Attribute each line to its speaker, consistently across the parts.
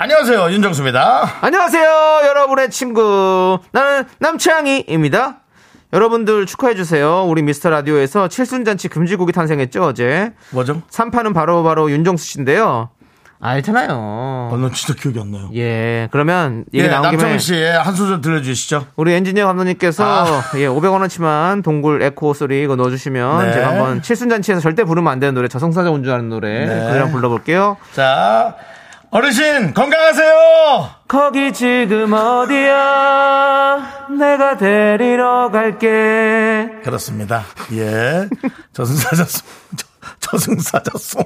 Speaker 1: 안녕하세요 윤정수입니다.
Speaker 2: 안녕하세요, 여러분의 친구. 나는 남창희입니다. 여러분들 축하해주세요. 우리 미스터 라디오에서 칠순잔치 금지곡이 탄생했죠, 어제.
Speaker 1: 뭐죠?
Speaker 2: 3파는 바로바로 윤종수 씨인데요. 알잖아요.
Speaker 1: 저는 진짜 기억이 안 나요.
Speaker 2: 예, 그러면 얘기
Speaker 1: 예,
Speaker 2: 나온 김에
Speaker 1: 남창희 씨의 한 소절 들려주시죠.
Speaker 2: 우리 엔지니어 감독님께서
Speaker 1: 아.
Speaker 2: 예, 500원어치만 동굴 에코 소리 이거 넣어주시면
Speaker 1: 네.
Speaker 2: 제가 한번 칠순잔치에서 절대 부르면 안 되는 노래 저승사자 운전하는 노래
Speaker 1: 네.
Speaker 2: 그거랑 불러볼게요.
Speaker 1: 자 어르신 건강하세요.
Speaker 2: 거기 지금 어디야? 내가 데리러 갈게.
Speaker 1: 그렇습니다. 예. 저승사자송. 저- 저승사자송.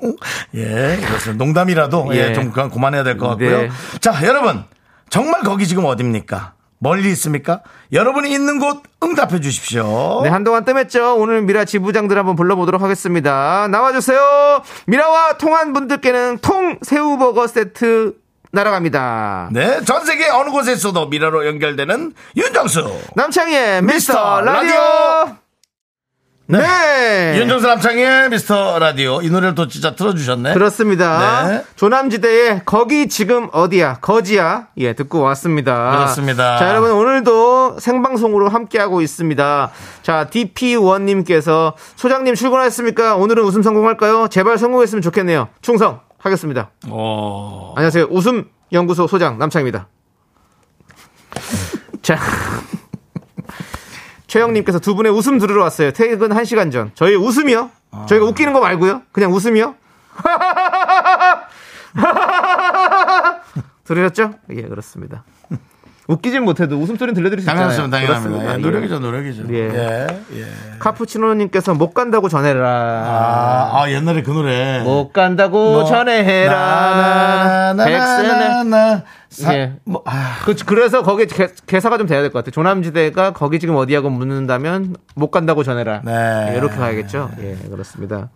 Speaker 1: 예. 그렇습니다. 농담이라도, 예.
Speaker 2: 예.
Speaker 1: 좀 그만 그만해야 될 것 같고요.
Speaker 2: 네.
Speaker 1: 자, 여러분. 정말 거기 지금 어딥니까? 멀리 있습니까? 여러분이 있는 곳 응답해 주십시오.
Speaker 2: 네, 한동안 뜸했죠. 오늘 미라 지부장들 한번 불러보도록 하겠습니다. 나와주세요. 미라와 통한 분들께는 통 새우버거 세트 날아갑니다.
Speaker 1: 네, 전 세계 어느 곳에서도 미라로 연결되는 윤정수.
Speaker 2: 남창희의 미스터 라디오.
Speaker 1: 라디오.
Speaker 2: 네.
Speaker 1: 윤정수 남창의 미스터 라디오. 이 노래를 또 진짜 틀어주셨네.
Speaker 2: 그렇습니다.
Speaker 1: 네.
Speaker 2: 조남지대의 거기 지금 어디야 거지야 예 듣고 왔습니다.
Speaker 1: 그렇습니다.
Speaker 2: 자 여러분 오늘도 생방송으로 함께하고 있습니다. 자 DP1님께서 소장님 출근하셨습니까? 오늘은 웃음 성공할까요? 제발 성공했으면 좋겠네요. 충성 하겠습니다.
Speaker 1: 어.
Speaker 2: 안녕하세요. 웃음 연구소 소장 남창입니다. 자. 최영님께서 두 분의 웃음 들으러 왔어요. 퇴근 1시간 전. 저희 웃음이요? 저희가 웃기는 거 말고요? 그냥 웃음이요? 들으셨죠? 예, 그렇습니다. 웃기진 못해도 웃음소리는 들려드릴 수 있잖아요.
Speaker 1: 당연하죠, 당연합니다.
Speaker 2: 그렇습니다.
Speaker 1: 예,
Speaker 2: 예.
Speaker 1: 노력이죠, 노력이죠.
Speaker 2: 예.
Speaker 1: 예, 예.
Speaker 2: 카푸치노님께서 못 간다고 전해라.
Speaker 1: 아, 아, 옛날에 그 노래.
Speaker 2: 못 간다고
Speaker 1: 뭐,
Speaker 2: 전해라.
Speaker 1: 나, 나, 나,
Speaker 2: 그 백세
Speaker 1: 나, 나, 사-
Speaker 2: 예.
Speaker 1: 뭐, 아,
Speaker 2: 그, 그래서 거기 개, 개사가 좀 돼야 될 것 같아요. 조남지대가 거기 지금 어디하고 묻는다면 못 간다고 전해라.
Speaker 1: 네.
Speaker 2: 예, 이렇게 가야겠죠. 예, 그렇습니다.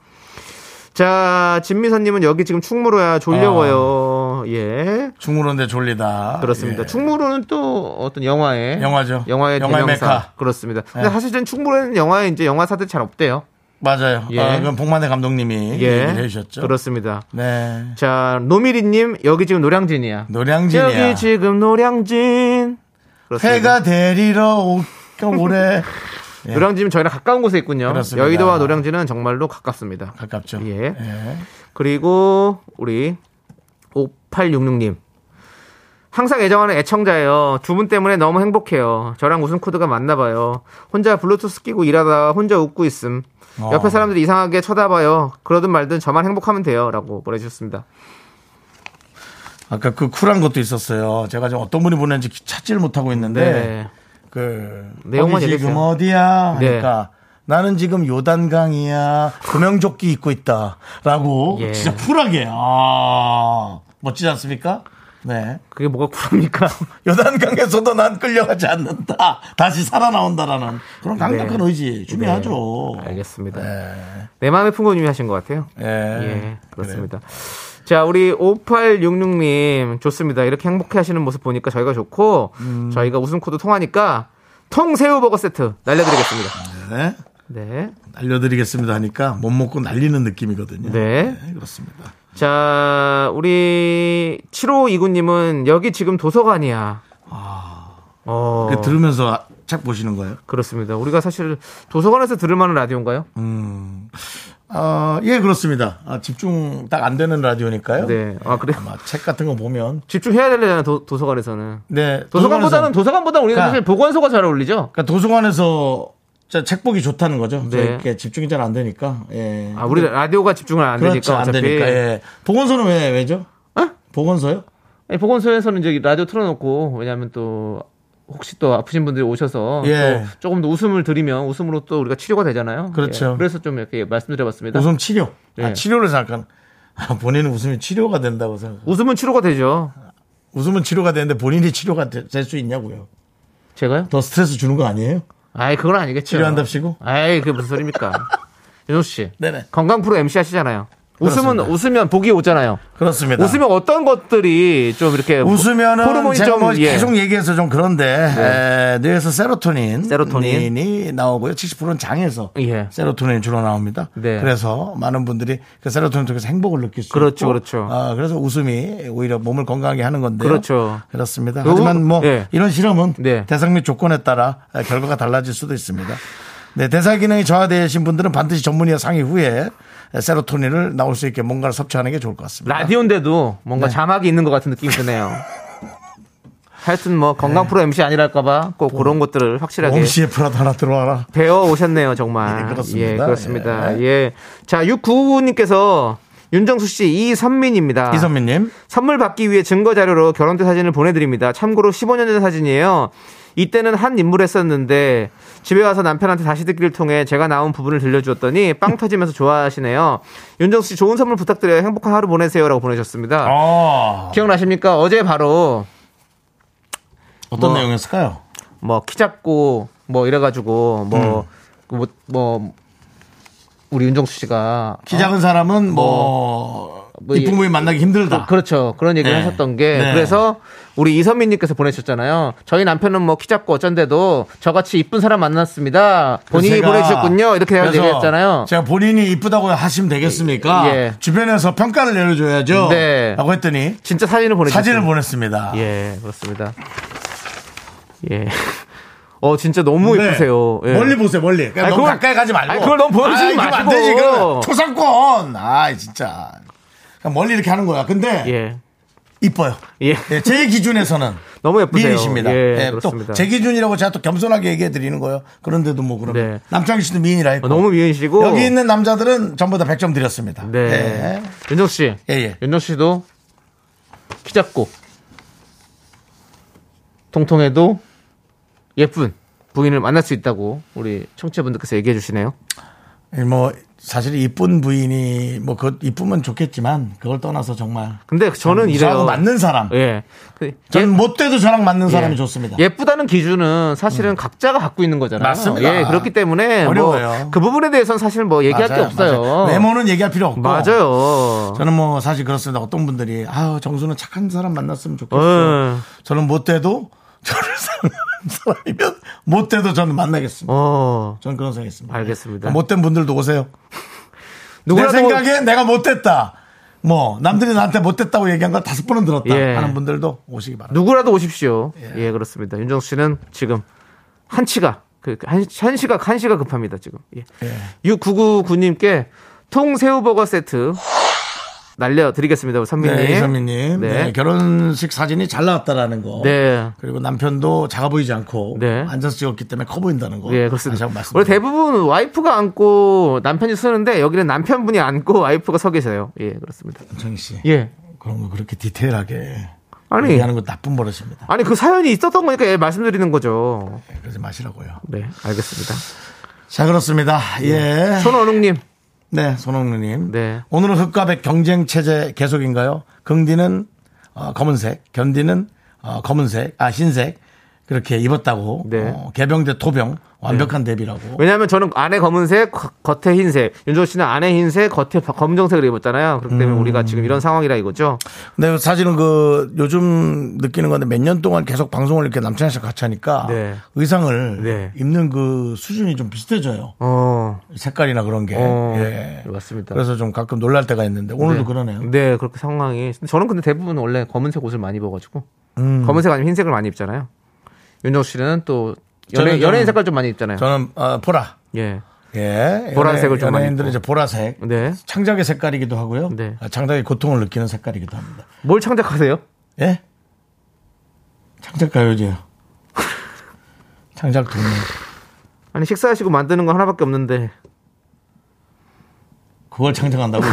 Speaker 2: 자, 진미선님은 여기 지금 충무로야 졸려워요. 예.
Speaker 1: 충무로인데 졸리다.
Speaker 2: 그렇습니다.
Speaker 1: 어. 예.
Speaker 2: 충무로는 또 어떤 영화의
Speaker 1: 영화죠.
Speaker 2: 영화의
Speaker 1: 영화의
Speaker 2: 대명사.
Speaker 1: 메카.
Speaker 2: 그렇습니다.
Speaker 1: 예.
Speaker 2: 근데 사실 은 충무로는 영화에 이제 영화사들 잘 없대요.
Speaker 1: 맞아요.
Speaker 2: 예.
Speaker 1: 아, 그건 복만대 감독님이
Speaker 2: 예.
Speaker 1: 얘기를 해주셨죠.
Speaker 2: 그렇습니다.
Speaker 1: 네.
Speaker 2: 자, 노미리님 여기 지금 노량진이야.
Speaker 1: 노량진이야.
Speaker 2: 여기 지금 노량진. 그렇습니다.
Speaker 1: 해가 데리러 올 겨울에 예.
Speaker 2: 노량진은 저희랑 가까운 곳에 있군요.
Speaker 1: 그렇습니다.
Speaker 2: 여의도와 노량진은 정말로 가깝습니다.
Speaker 1: 가깝죠.
Speaker 2: 예. 그리고 우리 5866님. 항상 애정하는 애청자예요. 두 분 때문에 너무 행복해요. 저랑 웃음 코드가 맞나 봐요. 혼자 블루투스 끼고 일하다가 혼자 웃고 있음.
Speaker 1: 어.
Speaker 2: 옆에 사람들이 이상하게 쳐다봐요. 그러든 말든 저만 행복하면 돼요. 라고 보내주셨습니다.
Speaker 1: 아까 그 쿨한 것도 있었어요. 제가 지금 어떤 분이 보냈는지 찾지를 못하고 있는데
Speaker 2: 네.
Speaker 1: 그
Speaker 2: 내용만
Speaker 1: 거기 지금
Speaker 2: 얘기했어요.
Speaker 1: 어디야?
Speaker 2: 네.
Speaker 1: 하니까 나는 지금 요단강이야. 구명조끼 입고 있다라고
Speaker 2: 예.
Speaker 1: 진짜 쿨하게. 아 멋지지 않습니까? 네.
Speaker 2: 그게 뭐가 쿨합니까?
Speaker 1: 요단강에서도 난 끌려가지 않는다. 다시 살아나온다라는 그런 강력한
Speaker 2: 네.
Speaker 1: 의지 중요하죠.
Speaker 2: 알겠습니다.
Speaker 1: 어. 네.
Speaker 2: 내 마음의 풍고님이 하신 것 같아요.
Speaker 1: 예.
Speaker 2: 예, 그렇습니다. 자, 우리 5866님, 좋습니다. 이렇게 행복해 하시는 모습 보니까 저희가 좋고, 저희가 웃음 코드 통하니까, 통새우버거 세트 날려드리겠습니다.
Speaker 1: 네.
Speaker 2: 네.
Speaker 1: 알려드리겠습니다 하니까 못 먹고 날리는 느낌이거든요.
Speaker 2: 네.
Speaker 1: 그렇습니다.
Speaker 2: 자, 우리 7529님은 여기 지금 도서관이야. 어,
Speaker 1: 그 들으면서 책 보시는 거예요?
Speaker 2: 그렇습니다. 우리가 사실 도서관에서 들을 만한 라디오인가요?
Speaker 1: 음. 아, 예, 그렇습니다. 아, 집중 딱 안 되는 라디오니까요.
Speaker 2: 네. 아, 그래요?
Speaker 1: 아마 책 같은 거 보면.
Speaker 2: 집중해야 되려나, 도, 도서관에서는.
Speaker 1: 네.
Speaker 2: 도서관보다는, 그러니까. 도서관보다 우리는
Speaker 1: 가.
Speaker 2: 사실 보건소가 잘 어울리죠?
Speaker 1: 그러니까 도서관에서 진짜 책 보기 좋다는 거죠.
Speaker 2: 네.
Speaker 1: 저렇게 집중이 잘 안 되니까. 예.
Speaker 2: 아, 우리 라디오가 집중을 안
Speaker 1: 그렇죠.
Speaker 2: 되니까
Speaker 1: 안
Speaker 2: 어차피. 어?
Speaker 1: 되니까. 예. 보건소는 왜, 왜죠? 보건소요?
Speaker 2: 아니, 예, 보건소에서는 이제 라디오 틀어놓고 왜냐하면 또 혹시 또 아프신 분들이 오셔서
Speaker 1: 예.
Speaker 2: 또 조금 더 웃음을 드리면 웃음으로 또 우리가 치료가 되잖아요.
Speaker 1: 그렇죠.
Speaker 2: 예, 그래서 좀 이렇게 말씀드려봤습니다. 웃음.
Speaker 1: 웃음 치료. 아,
Speaker 2: 예.
Speaker 1: 치료를 생각하는. 아, 본인은 웃음이 치료가 된다고 생각.
Speaker 2: 은 치료가 되죠.
Speaker 1: 웃으면 치료가 되는데 본인이 치료가 될 수 있냐고요.
Speaker 2: 제가요?
Speaker 1: 더 스트레스 주는 거 아니에요?
Speaker 2: 아이 그건 아니겠죠.
Speaker 1: 치료한답시고?
Speaker 2: 아이 그게 무슨 소리입니까? 윤호수 씨.
Speaker 1: 네네.
Speaker 2: 건강 프로 MC 하시잖아요. 웃으면
Speaker 1: 그렇습니다.
Speaker 2: 웃으면 복이 오잖아요.
Speaker 1: 그렇습니다.
Speaker 2: 웃으면 어떤 것들이 좀 이렇게
Speaker 1: 웃으면은
Speaker 2: 뭐 호르몬이
Speaker 1: 제가
Speaker 2: 좀
Speaker 1: 뭐
Speaker 2: 예.
Speaker 1: 계속 얘기해서 좀 그런데 에, 뇌에서 세로토닌,
Speaker 2: 세로토닌.
Speaker 1: 이 나오고요. 70%는 장에서
Speaker 2: 예.
Speaker 1: 세로토닌이 주로 나옵니다.
Speaker 2: 네.
Speaker 1: 그래서 많은 분들이 그 세로토닌 통해서 행복을 느낄 수 있고,
Speaker 2: 그렇죠, 그렇죠.
Speaker 1: 아, 그래서 웃음이 오히려 몸을 건강하게 하는 건데
Speaker 2: 그렇죠.
Speaker 1: 그렇습니다.
Speaker 2: 그리고-
Speaker 1: 하지만 뭐
Speaker 2: 예.
Speaker 1: 이런 실험은
Speaker 2: 네.
Speaker 1: 대상 및 조건에 따라 결과가 달라질 수도 있습니다. 네, 대사 기능이 저하되신 분들은 반드시 전문의와 상의 후에 세로토닌을 나올 수 있게 뭔가를 섭취하는 게 좋을 것 같습니다.
Speaker 2: 라디오인데도
Speaker 1: 네.
Speaker 2: 뭔가 자막이 있는 것 같은 느낌이 드네요. 하여튼 뭐
Speaker 1: 네.
Speaker 2: 건강 프로 MC 아니랄까봐 꼭 그런 것들을 확실하게
Speaker 1: 옴 CF라도 하나 들어와라.
Speaker 2: 배워 오셨네요, 정말.
Speaker 1: 예, 그렇습니다.
Speaker 2: 예, 그렇습니다.
Speaker 1: 예.
Speaker 2: 예. 자, 6999님께서 윤정수 씨 이선민입니다.
Speaker 1: 아. 이선미님.
Speaker 2: 선물 받기 위해 증거 자료로 결혼 때 사진을 보내드립니다. 참고로 15년 전 사진이에요. 이때는 한 인물 했었는데 집에 와서 남편한테 다시 듣기를 통해 제가 나온 부분을 들려주었더니 빵 터지면서 좋아하시네요. 윤정수 씨 좋은 선물 부탁드려요. 행복한 하루 보내세요라고 보내셨습니다.
Speaker 1: 아,
Speaker 2: 기억나십니까? 어제 바로
Speaker 1: 어떤
Speaker 2: 뭐-
Speaker 1: 내용이었을까요?
Speaker 2: 뭐 키 작고 뭐 이래가지고 뭐
Speaker 1: 음.
Speaker 2: 뭐 뭐, 뭐 우리 윤정수 씨가
Speaker 1: 키 작은 사람은 뭐,
Speaker 2: 뭐
Speaker 1: 이쁜 부인 만나기 힘들다.
Speaker 2: 그, 렇죠 그런 얘기를
Speaker 1: 네.
Speaker 2: 하셨던 게
Speaker 1: 네.
Speaker 2: 그래서 우리 이선민님께서 보내셨잖아요. 저희 남편은 뭐 키 작고 어쩐데도 저같이 이쁜 사람 만났습니다. 본인이
Speaker 1: 제가-
Speaker 2: 보내주셨군요. 이렇게 제가
Speaker 1: 그래서
Speaker 2: 얘기했잖아요.
Speaker 1: 제가 본인이 이쁘다고 하시면 되겠습니까?
Speaker 2: 예.
Speaker 1: 주변에서 평가를 내려줘야죠.
Speaker 2: 네.
Speaker 1: 라고 했더니
Speaker 2: 진짜 사진을 보내주셨어요.
Speaker 1: 사진을 보냈습니다.
Speaker 2: 예, 그렇습니다. 예. 어 진짜 너무
Speaker 1: 네.
Speaker 2: 예쁘세요. 예.
Speaker 1: 멀리 보세요, 멀리. 그냥
Speaker 2: 아니,
Speaker 1: 너무
Speaker 2: 그걸-
Speaker 1: 가까이 가지 말고.
Speaker 2: 아니, 그걸 너무 보여주지
Speaker 1: 아이, 그러면 안
Speaker 2: 마시고.
Speaker 1: 되지, 그러면 초상권. 아, 진짜. 그냥 멀리 이렇게 하는 거야. 근데
Speaker 2: 예.
Speaker 1: 이뻐요.
Speaker 2: 예.
Speaker 1: 예, 제 기준에서는
Speaker 2: 너무 예쁘세요.
Speaker 1: 미인이십니다.
Speaker 2: 예, 그렇습니다.
Speaker 1: 또제 기준이라고 제가 또 겸손하게 얘기해 드리는 거예요. 그런데도 뭐 그러면
Speaker 2: 네.
Speaker 1: 남창희 씨도 미인이라 했고
Speaker 2: 어, 너무 미인이시고
Speaker 1: 여기 있는 남자들은 전부 다 100점 드렸습니다.
Speaker 2: 네.
Speaker 1: 예.
Speaker 2: 윤정 씨.
Speaker 1: 예, 예.
Speaker 2: 윤정 씨도 키 작고 통통해도 예쁜 부인을 만날 수 있다고 우리 청취자분들께서 얘기해 주시네요.
Speaker 1: 뭐 사실 이쁜 부인이 뭐 그 이쁘면 좋겠지만 그걸 떠나서 정말
Speaker 2: 근데 저는
Speaker 1: 아, 저하고
Speaker 2: 이래요.
Speaker 1: 맞는 사람.
Speaker 2: 예. 그
Speaker 1: 저는
Speaker 2: 예-
Speaker 1: 못 돼도 저랑 맞는 사람이
Speaker 2: 예.
Speaker 1: 좋습니다. 음.
Speaker 2: 예쁘다는 기준은 사실은 각자가 갖고 있는 거잖아요.
Speaker 1: 맞습니다.
Speaker 2: 예, 그렇기 때문에
Speaker 1: 어려워요.
Speaker 2: 뭐그 부분에 대해서는 사실 뭐 얘기할
Speaker 1: 맞아요,
Speaker 2: 게 없어요.
Speaker 1: 맞아요. 외모는 얘기할 필요 없고.
Speaker 2: 맞아요.
Speaker 1: 저는 뭐 사실 그렇습니다. 어떤 분들이 아 정수는 착한 사람 만났으면 좋겠어.
Speaker 2: 어.
Speaker 1: 저는 못 돼도 저를 사랑하는 사람이면 못 돼도 저는 만나겠습니다.
Speaker 2: 어.
Speaker 1: 저는 그런 생각했습니다.
Speaker 2: 알겠습니다.
Speaker 1: 못된 분들도 오세요. 내
Speaker 2: 누구라도
Speaker 1: 생각에 뭐 내가 못됐다. 뭐 남들이 나한테 못됐다고 얘기한 걸 다섯 번은 들었다
Speaker 2: 예.
Speaker 1: 하는 분들도 오시기 바랍니다.
Speaker 2: 누구라도 오십시오. 예, 그렇습니다. 윤정수 씨는 지금 한치가 그 한, 한 시각 한 시각 급합니다 지금. 예.
Speaker 1: 예.
Speaker 2: 6999님께 통새우버거 세트 날려드리겠습니다. 우리 선미님.
Speaker 1: 네, 이선미님
Speaker 2: 네.
Speaker 1: 네, 결혼식 사진이 잘 나왔다라는 거.
Speaker 2: 네.
Speaker 1: 그리고 남편도 작아 보이지 않고
Speaker 2: 네.
Speaker 1: 앉아서 찍었기 때문에 커 보인다는 거. 다시
Speaker 2: 예, 그렇습니다.
Speaker 1: 한번
Speaker 2: 원래
Speaker 1: 말씀드립니다.
Speaker 2: 대부분 와이프가 안고 남편이 쓰는데 여기는 남편분이 안고 와이프가 서 계세요. 예, 그렇습니다.
Speaker 1: 정희 씨.
Speaker 2: 예.
Speaker 1: 그런 거 그렇게 디테일하게
Speaker 2: 아니.
Speaker 1: 얘기하는 거 나쁜 버릇입니다.
Speaker 2: 아니 그 사연이 있었던 거니까 예, 말씀드리는 거죠.
Speaker 1: 네, 그러지 마시라고요.
Speaker 2: 네, 알겠습니다.
Speaker 1: 자 그렇습니다. 예.
Speaker 2: 손원웅님.
Speaker 1: 네, 손흥민님.
Speaker 2: 네.
Speaker 1: 오늘은 흑과 백 경쟁 체제 계속인가요? 긍디는 어, 검은색, 견디는 어, 검은색, 아 흰색 그렇게 입었다고.
Speaker 2: 네.
Speaker 1: 어, 개병 대 토병 완벽한 대비라고.
Speaker 2: 왜냐하면 저는 안에 검은색, 겉- 겉에 흰색. 윤조 씨는 안에 흰색, 겉에 바- 검정색을 입었잖아요. 그렇기
Speaker 1: 음.
Speaker 2: 때문에 우리가 지금 이런 상황이라 이거죠.
Speaker 1: 근데 사실은 그 요즘 느끼는 건데 몇 년 동안 계속 방송을 이렇게 남창희 씨가 같이 하니까
Speaker 2: 네.
Speaker 1: 의상을
Speaker 2: 네.
Speaker 1: 입는 그 수준이 좀 비슷해져요.
Speaker 2: 어,
Speaker 1: 색깔이나 그런 게.
Speaker 2: 어,
Speaker 1: 예.
Speaker 2: 맞습니다.
Speaker 1: 그래서 좀 가끔 놀랄 때가 있는데 오늘도
Speaker 2: 네.
Speaker 1: 그러네요.
Speaker 2: 네, 그렇게 상황이. 저는 근데 대부분 원래 검은색 옷을 많이 입어가지고
Speaker 1: 음.
Speaker 2: 검은색 아니면 흰색을 많이 입잖아요. 윤조 씨는 또 연예,
Speaker 1: 저는-
Speaker 2: 연예인 색깔 좀 많이 입잖아요.
Speaker 1: 저는 어, 보라.
Speaker 2: 예,
Speaker 1: 예.
Speaker 2: 보라색을 좀 많이
Speaker 1: 연예인들은 이제 보라색.
Speaker 2: 네.
Speaker 1: 창작의 색깔이기도 하고요.
Speaker 2: 네.
Speaker 1: 아, 창작의 고통을 느끼는 색깔이기도 합니다.
Speaker 2: 뭘 창작하세요?
Speaker 1: 예? 창작 가요제요. 창작 동물.
Speaker 2: 아니 식사하시고 만드는 거 하나밖에 없는데
Speaker 1: 그걸 창작한다고?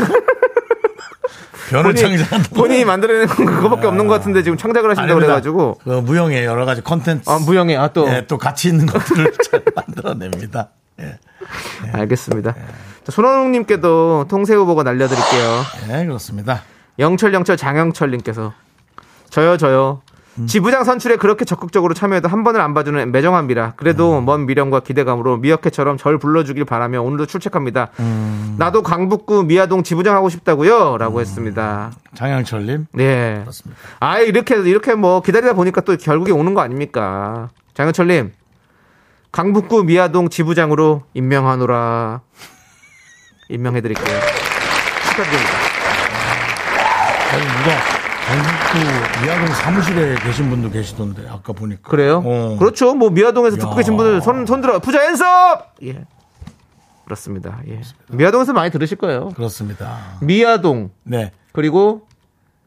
Speaker 1: 변을 창작한다고?
Speaker 2: 본인이 만들어내는 건 그거밖에 없는 것 같은데 지금 창작을 하신다고
Speaker 1: 아. 아닙니다.
Speaker 2: 그래가지고
Speaker 1: 그 무형의 여러 가지 컨텐츠.
Speaker 2: 아 무영이 아또
Speaker 1: 예, 또 같이 있는 것들을 잘 만들어냅니다. 예.
Speaker 2: 네, 알겠습니다. 자, 손원웅님께도 통새우 버거 날려드릴게요.
Speaker 1: 예, 그렇습니다.
Speaker 2: 영철 영철 장영철님께서 저요, 저요. 지부장 선출에 그렇게 적극적으로 참여해도 한 번을 안 봐주는 매정합니다. 그래도 먼 미련과 기대감으로 미어캣처럼 절 불러주길 바라며 오늘도 출첵합니다. 나도 강북구 미아동 지부장 하고 싶다고요? 라고 했습니다.
Speaker 1: 장양철님.
Speaker 2: 네.
Speaker 1: 그렇습니다.
Speaker 2: 아 이렇게 이렇게 뭐 기다리다 보니까 또 결국에 오는 거 아닙니까? 장현철님 강북구 미아동 지부장으로 임명하노라 임명해드릴게요. 축하드립니다.
Speaker 1: 아니, 누가 강북구 미아동 사무실에 계신 분도 계시던데, 아까 보니까.
Speaker 2: 그래요?
Speaker 1: 어.
Speaker 2: 그렇죠. 뭐 미아동에서
Speaker 1: 야.
Speaker 2: 듣고 계신 분들 손 손들어 부자 앤섭 예 그렇습니다. 예 미아동에서 많이 들으실 거예요.
Speaker 1: 그렇습니다.
Speaker 2: 미아동
Speaker 1: 네.
Speaker 2: 그리고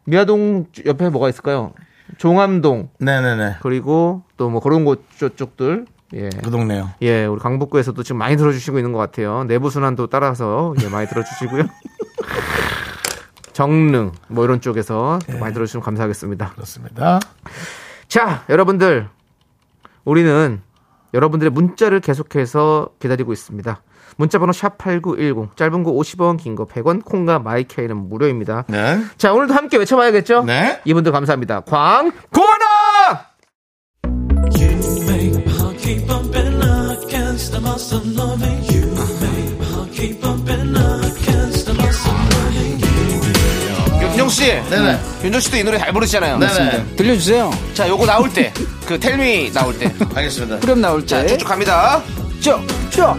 Speaker 2: 미아동 옆에 뭐가 있을까요? 종암동
Speaker 1: 네네네.
Speaker 2: 그리고 또 뭐 그런 곳 쪽- 쪽들 예
Speaker 1: 그 동네요.
Speaker 2: 예, 우리 강북구에서도 지금 많이 들어주시고 있는 것 같아요. 내부 순환도 따라서 예, 많이 들어주시고요. 정릉 뭐 이런 쪽에서 많이 들어주시면 감사하겠습니다.
Speaker 1: 그렇습니다.
Speaker 2: 자, 여러분들 우리는 여러분들의 문자를 계속해서 기다리고 있습니다. 문자번호 샵 #8910 짧은 거 50원, 긴 거 100원, 콩과 마이케이는 무료입니다.
Speaker 1: 네.
Speaker 2: 자, 오늘도 함께 외쳐봐야겠죠?
Speaker 1: 네.
Speaker 2: 이분들 감사합니다. 광고나
Speaker 3: 윤정 씨,
Speaker 1: 네네.
Speaker 3: 윤정 씨도 이 노래 잘 부르시잖아요.
Speaker 1: 네네.
Speaker 4: 들려주세요.
Speaker 3: 자, 요거 나올 때, 그 텔미 나올 때,
Speaker 1: 알겠습니다.
Speaker 4: 그럼 나올 때.
Speaker 3: 쭉쭉 갑니다.
Speaker 4: 쭉, 쭉,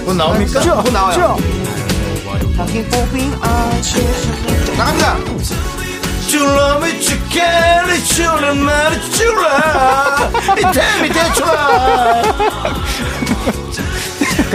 Speaker 1: 그건 나옵니까?
Speaker 4: 쭉,
Speaker 3: 또 나와요.
Speaker 4: 쭉.
Speaker 3: 나갑니다.
Speaker 1: 줄라미 축캐리 네 줄라 마리 줄라 이태미 대출라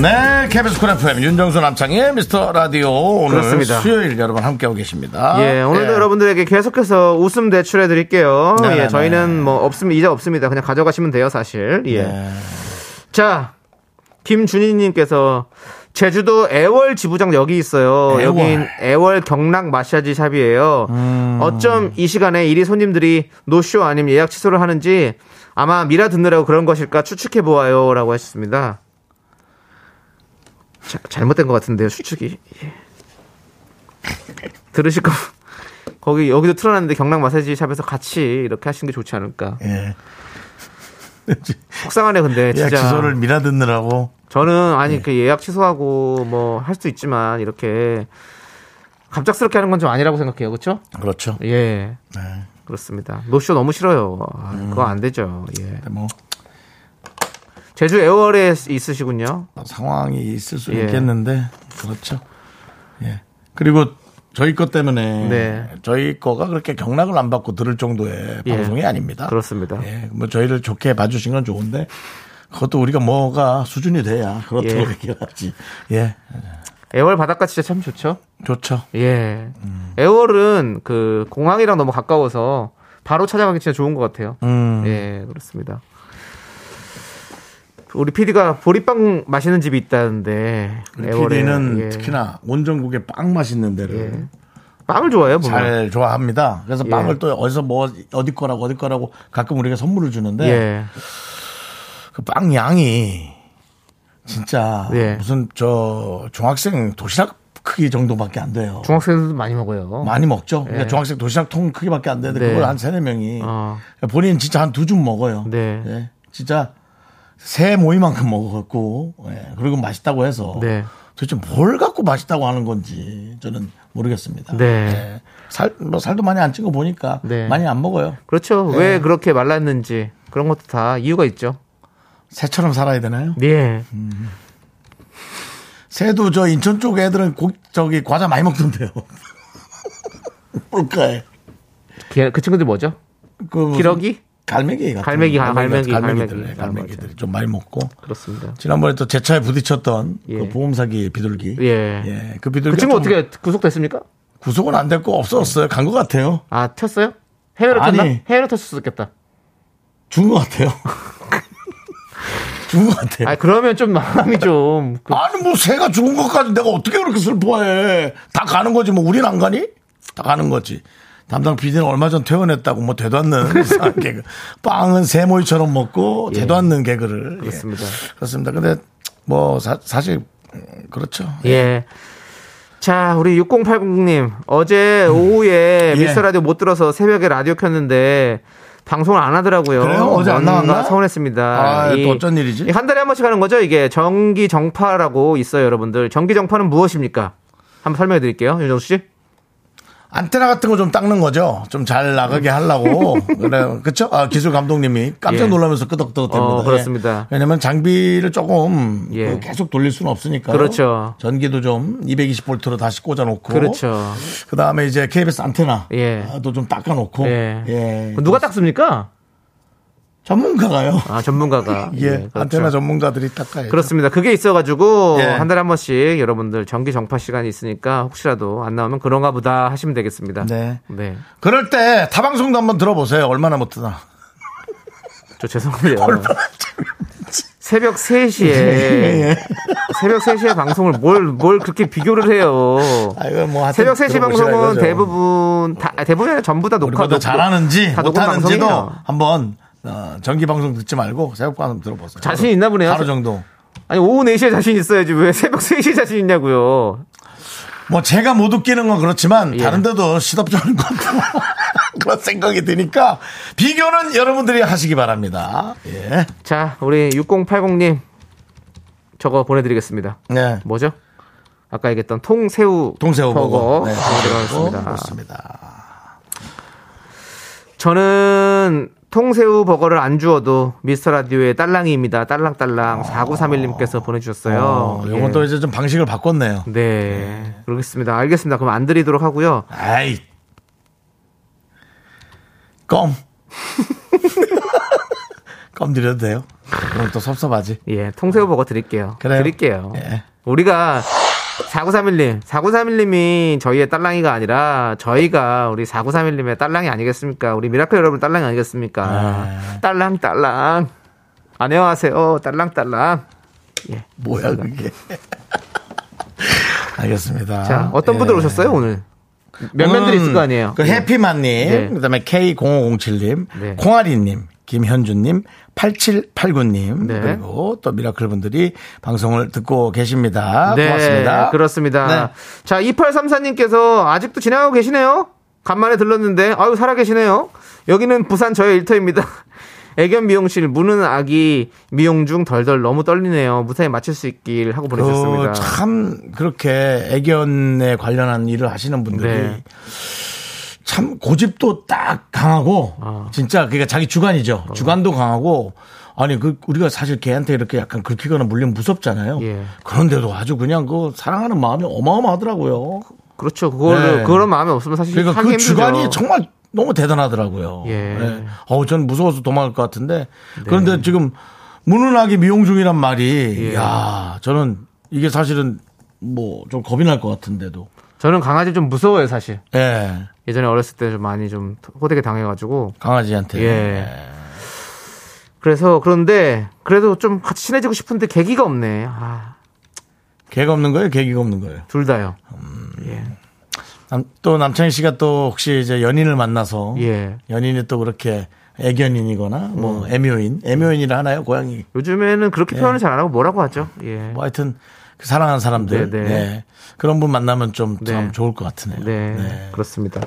Speaker 1: 네, KBS 쿨 FM 윤정수 남창의 미스터 라디오 오늘
Speaker 2: 그렇습니다.
Speaker 1: 수요일 여러분 함께하고 계십니다.
Speaker 2: 예, 오늘도
Speaker 1: 예.
Speaker 2: 여러분들에게 계속해서 웃음 대출해 드릴게요.
Speaker 1: 네, 네,
Speaker 2: 예, 저희는 뭐 없으면 이자 없습니다. 그냥 가져가시면 돼요, 사실. 예.
Speaker 1: 예.
Speaker 2: 자, 김준희님께서 제주도 애월 지부장 여기 있어요.
Speaker 1: 애월.
Speaker 2: 여긴 애월 경락 마사지 샵이에요.
Speaker 1: 음.
Speaker 2: 어쩜 이 시간에 이리 손님들이 노쇼 아니면 예약 취소를 하는지 아마 미라 듣느라고 그런 것일까 추측해 보아요라고 하셨습니다. 자, 잘못된 것 같은데요, 추측이. 예. 들으실 거 거기 여기도 틀어놨는데 경락 마사지 샵에서 같이 이렇게 하시는 게 좋지 않을까.
Speaker 1: 예.
Speaker 2: 속상하네 근데
Speaker 1: 예약
Speaker 2: 진짜.
Speaker 1: 주소를 미라 듣느라고
Speaker 2: 저는
Speaker 1: 네.
Speaker 2: 아니 그 예약 취소하고 뭐 할 수도 있지만 이렇게 갑작스럽게 하는 건 좀 아니라고 생각해요. 그렇죠?
Speaker 1: 그렇죠.
Speaker 2: 예. 그렇습니다. 노쇼 너무 싫어요. 아,
Speaker 1: 음.
Speaker 2: 그거 안 되죠. 예.
Speaker 1: 근데 뭐
Speaker 2: 제주 애월에 있으시군요.
Speaker 1: 상황이 있을 수
Speaker 2: 예.
Speaker 1: 있겠는데 그렇죠. 예. 그리고 저희 것 때문에
Speaker 2: 네.
Speaker 1: 저희 거가 그렇게 경락을 안 받고 들을 정도의
Speaker 2: 예.
Speaker 1: 방송이 아닙니다.
Speaker 2: 그렇습니다.
Speaker 1: 예. 뭐 저희를 좋게 봐주신 건 좋은데 그것도 우리가 뭐가 수준이 돼야 그렇다고
Speaker 2: 예.
Speaker 1: 얘기하지. 예.
Speaker 2: 애월 바닷가 진짜 참 좋죠.
Speaker 1: 좋죠.
Speaker 2: 예.
Speaker 1: 음.
Speaker 2: 애월은 그 공항이랑 너무 가까워서 바로 찾아가기 진짜 좋은 것 같아요.
Speaker 1: 음.
Speaker 2: 예, 그렇습니다. 우리 PD가 보리빵 마시는 집이 있다는데 애월에.
Speaker 1: PD는
Speaker 2: 예.
Speaker 1: 특히나 온 전국에 빵 맛있는 데를
Speaker 2: 예. 빵을 좋아해요, 예. 보면.
Speaker 1: 잘 좋아합니다. 그래서
Speaker 2: 예.
Speaker 1: 빵을 또 어디서 뭐 어디 거라고 어디 거라고 가끔 우리가 선물을 주는데
Speaker 2: 예.
Speaker 1: 그 빵 양이 진짜
Speaker 2: 예.
Speaker 1: 무슨 저 중학생 도시락 크기 정도밖에 안 돼요.
Speaker 2: 중학생들도 많이 먹어요.
Speaker 1: 많이 먹죠. 그러니까
Speaker 2: 예.
Speaker 1: 중학생 도시락 통 크기밖에 안 되는데
Speaker 2: 네.
Speaker 1: 그걸 한 세네 명이
Speaker 2: 어.
Speaker 1: 본인 진짜 한 두 줌 먹어요.
Speaker 2: 네.
Speaker 1: 예. 진짜 새 모이만큼 먹었고 예. 그리고 맛있다고 해서
Speaker 2: 네.
Speaker 1: 도대체 뭘 갖고 맛있다고 하는 건지 저는 모르겠습니다.
Speaker 2: 네.
Speaker 1: 예. 살, 뭐 살도 많이 안 찌고 보니까
Speaker 2: 네.
Speaker 1: 많이 안 먹어요.
Speaker 2: 그렇죠. 왜 그렇게 말랐는지 그런 것도 다 이유가 있죠.
Speaker 1: 새처럼 살아야 되나요?
Speaker 2: 예.
Speaker 1: 새도 저 인천 쪽 애들은 고, 저기 과자 많이 먹던데요. 뭘까요?
Speaker 2: 기- 그 친구들 뭐죠?
Speaker 1: 그 무슨
Speaker 2: 기러기?
Speaker 1: 갈매기 같은
Speaker 2: 갈매기,
Speaker 1: 같은-
Speaker 2: 갈매기,
Speaker 1: 갈매기들 네,
Speaker 2: 갈매기.
Speaker 1: 갈매기들 좀 많이 먹고
Speaker 2: 그렇습니다.
Speaker 1: 지난번에 또 제 차에 부딪혔던
Speaker 2: 예.
Speaker 1: 그 보험사기 비둘기
Speaker 2: 예.
Speaker 1: 그 비둘기
Speaker 2: 그 친구 어떻게 구속됐습니까?
Speaker 1: 구속은 안 됐고 없어졌어요 간 것 같아요
Speaker 2: 아, 튀었어요? 해외로
Speaker 1: 아니.
Speaker 2: 튀었나? 해외로 튀었을 수 있겠다.
Speaker 1: 준 것 같아요 죽은 것 같아.
Speaker 2: 아 그러면 좀 마음이 좀 그-
Speaker 1: 아니 뭐 새가 죽은 것까지 내가 어떻게 그렇게 슬퍼해? 다 가는 거지 뭐 우린 안 가니? 다 가는 거지. 담당 PD는 얼마 전 퇴원했다고 뭐 되도 않는 이상한 개그. 빵은 새모이처럼 먹고 되도 않는 개그를.
Speaker 2: 예. 그렇습니다.
Speaker 1: 예. 그렇습니다. 근데 뭐 사, 실 그렇죠.
Speaker 2: 예. 자, 우리 6080님. 어제 오후에
Speaker 1: 예.
Speaker 2: 미스터 라디오 못 들어서 새벽에 라디오 켰는데 방송을 안 하더라고요.
Speaker 1: 그래요? 어제 안
Speaker 2: 뭔가
Speaker 1: 나왔나?
Speaker 2: 서운했습니다.
Speaker 1: 아, 또 어쩐 일이지?
Speaker 2: 이한 달에 한 번씩 하는 거죠? 이게 정기 정파라고 있어요, 여러분들. 정기 정파는 무엇입니까? 한번 설명해 드릴게요. 윤정수 씨.
Speaker 1: 안테나 같은 거 좀 닦는 거죠. 좀 잘 나가게 하려고. 그래, 그쵸? 아, 기술 감독님이 깜짝
Speaker 2: 예.
Speaker 1: 놀라면서 끄덕끄덕 됩니다.
Speaker 2: 어, 그렇습니다.
Speaker 1: 예. 왜냐면 장비를 조금
Speaker 2: 예.
Speaker 1: 그 계속 돌릴 수는 없으니까.
Speaker 2: 그렇죠.
Speaker 1: 전기도 좀 220볼트로 다시 꽂아놓고.
Speaker 2: 그렇죠.
Speaker 1: 그 다음에 이제 KBS 안테나도
Speaker 2: 예.
Speaker 1: 좀 닦아놓고.
Speaker 2: 예.
Speaker 1: 예.
Speaker 2: 누가 닦습니까?
Speaker 1: 전문가가요.
Speaker 2: 아, 전문가가.
Speaker 1: 예.
Speaker 2: 그렇죠.
Speaker 1: 안테나 전문가들이 닦아야죠.
Speaker 2: 그렇습니다. 그게 있어가지고
Speaker 1: 예.
Speaker 2: 한 달에 한 번씩 여러분들 정기 정파 시간이 있으니까 혹시라도 안 나오면 그런가 보다 하시면 되겠습니다.
Speaker 1: 네.
Speaker 2: 네.
Speaker 1: 그럴 때 타방송도 한번 들어보세요. 얼마나 못하나.
Speaker 2: 저 죄송해요. 새벽 3시에
Speaker 1: 예,
Speaker 2: 새벽 3시에 방송을 뭘 뭘 그렇게 비교를 해요.
Speaker 1: 아, 이거 뭐 하여튼
Speaker 2: 새벽 3시
Speaker 1: 들어보시라
Speaker 2: 방송은
Speaker 1: 이거죠.
Speaker 2: 대부분 다 아니, 대부분이 아니라 전부 다 녹화
Speaker 1: 우리보다
Speaker 2: 녹-
Speaker 1: 잘하는지
Speaker 2: 다 녹음
Speaker 1: 못하는지도
Speaker 2: 그 방송이에요.
Speaker 1: 한번 어, 정기 방송 듣지 말고 새벽 방송 들어보세요.
Speaker 2: 자신
Speaker 1: 하루-
Speaker 2: 있나 보네요.
Speaker 1: 하루 정도.
Speaker 2: 아니 오후 4시에 자신 있어야지 왜 새벽 3시에 자신 있냐고요.
Speaker 1: 뭐 제가 못 웃기는 건 그렇지만
Speaker 2: 예.
Speaker 1: 다른데도 시덥잖은 것 그런 생각이 드니까 비교는 여러분들이 하시기 바랍니다. 예.
Speaker 2: 자, 우리 6080님 저거 보내드리겠습니다.
Speaker 1: 네.
Speaker 2: 뭐죠? 아까 얘기했던 통새우
Speaker 1: 동새우 보고
Speaker 2: 버거
Speaker 1: 네.
Speaker 2: 들어갔습니다.
Speaker 1: 그렇습니다.
Speaker 2: 저는 통새우 버거를 안 주어도 미스터 라디오의 딸랑이입니다. 딸랑딸랑 4931님께서 보내주셨어요.
Speaker 1: 어, 요건
Speaker 2: 예.
Speaker 1: 또 이제 좀 방식을 바꿨네요.
Speaker 2: 네. 그러겠습니다. 알겠습니다. 그럼 안 드리도록 하고요.
Speaker 1: 아이. 껌. 껌 드려도 돼요? 그럼 또 섭섭하지.
Speaker 2: 예, 통새우 버거 드릴게요.
Speaker 1: 네. 그래요?
Speaker 2: 드릴게요.
Speaker 1: 예.
Speaker 2: 우리가 4931님, 4931님이 저희의 딸랑이가 아니라 저희가 우리 4931님의 딸랑이 아니겠습니까? 우리 미라클 여러분 딸랑이 아니겠습니까? 딸랑딸랑. 안녕하세요. 딸랑딸랑.
Speaker 1: 뭐야 그게. 알겠습니다.
Speaker 2: 자, 어떤
Speaker 1: 예.
Speaker 2: 분들 오셨어요, 오늘? 몇 면들이 있을 거 아니에요? 예.
Speaker 1: 그 해피만님,
Speaker 2: 네.
Speaker 1: 그다음에 K0507님,
Speaker 2: 네.
Speaker 1: 콩아리님, 김현주님, 8789님
Speaker 2: 네.
Speaker 1: 그리고 또 미라클 분들이 방송을 듣고 계십니다.
Speaker 2: 네,
Speaker 1: 고맙습니다.
Speaker 2: 그렇습니다.
Speaker 1: 네.
Speaker 2: 자, 2834님께서 아직도 지나가고 계시네요? 간만에 들렀는데, 아유, 살아계시네요? 여기는 부산 저의 일터입니다. 애견 미용실 무는 아기 미용 중 덜덜 너무 떨리네요. 무사히 마칠 수 있길 하고 보내셨습니다.
Speaker 1: 어, 참 그렇게 애견에 관련한 일을 하시는 분들이
Speaker 2: 네.
Speaker 1: 참 고집도 딱 강하고
Speaker 2: 어.
Speaker 1: 진짜 그러니까 자기 주관이죠. 주관도 강하고 아니 그 우리가 사실 걔한테 이렇게 약간 긁히거나 물리면 무섭잖아요.
Speaker 2: 예.
Speaker 1: 그런데도 아주 그냥 그 사랑하는 마음이 어마어마하더라고요.
Speaker 2: 그렇죠. 그걸
Speaker 1: 네.
Speaker 2: 그런 마음이 없으면 사실
Speaker 1: 그러니까
Speaker 2: 하기
Speaker 1: 그
Speaker 2: 힘들죠.
Speaker 1: 주관이 정말 너무 대단하더라고요. 네.
Speaker 2: 예. 네.
Speaker 1: 어우 저는 무서워서 도망갈 것 같은데 그런데 지금 무능하게 미용 중이란 말이
Speaker 2: 예.
Speaker 1: 야 저는 이게 사실은 뭐 좀 겁이 날 것 같은데도
Speaker 2: 저는 강아지 좀 무서워요, 사실.
Speaker 1: 예
Speaker 2: 예전에 어렸을 때 좀 많이 좀 호되게 당해가지고.
Speaker 1: 강아지한테
Speaker 2: 예. 그래서 그런데 그래도 좀 같이 친해지고 싶은데 계기가 없네. 아,
Speaker 1: 개가 없는 거예요? 계기가 없는 거예요?
Speaker 2: 둘 다요.
Speaker 1: 남- 또 남창희 씨가 또 혹시 이제 연인을 만나서
Speaker 2: 예. 음.
Speaker 1: 연인이 또 그렇게 애견인이거나 뭐 애묘인 애묘인이라 하나요 고양이
Speaker 2: 요즘에는 그렇게 표현을 잘 안 하고 뭐라고 하죠. 예.
Speaker 1: 네. 뭐 하여튼 그 사랑하는 사람들
Speaker 2: 네, 네.
Speaker 1: 예. 그런 분 만나면 좀
Speaker 2: 네.
Speaker 1: 참 좋을 것 같으네요.
Speaker 2: 네, 그렇습니다.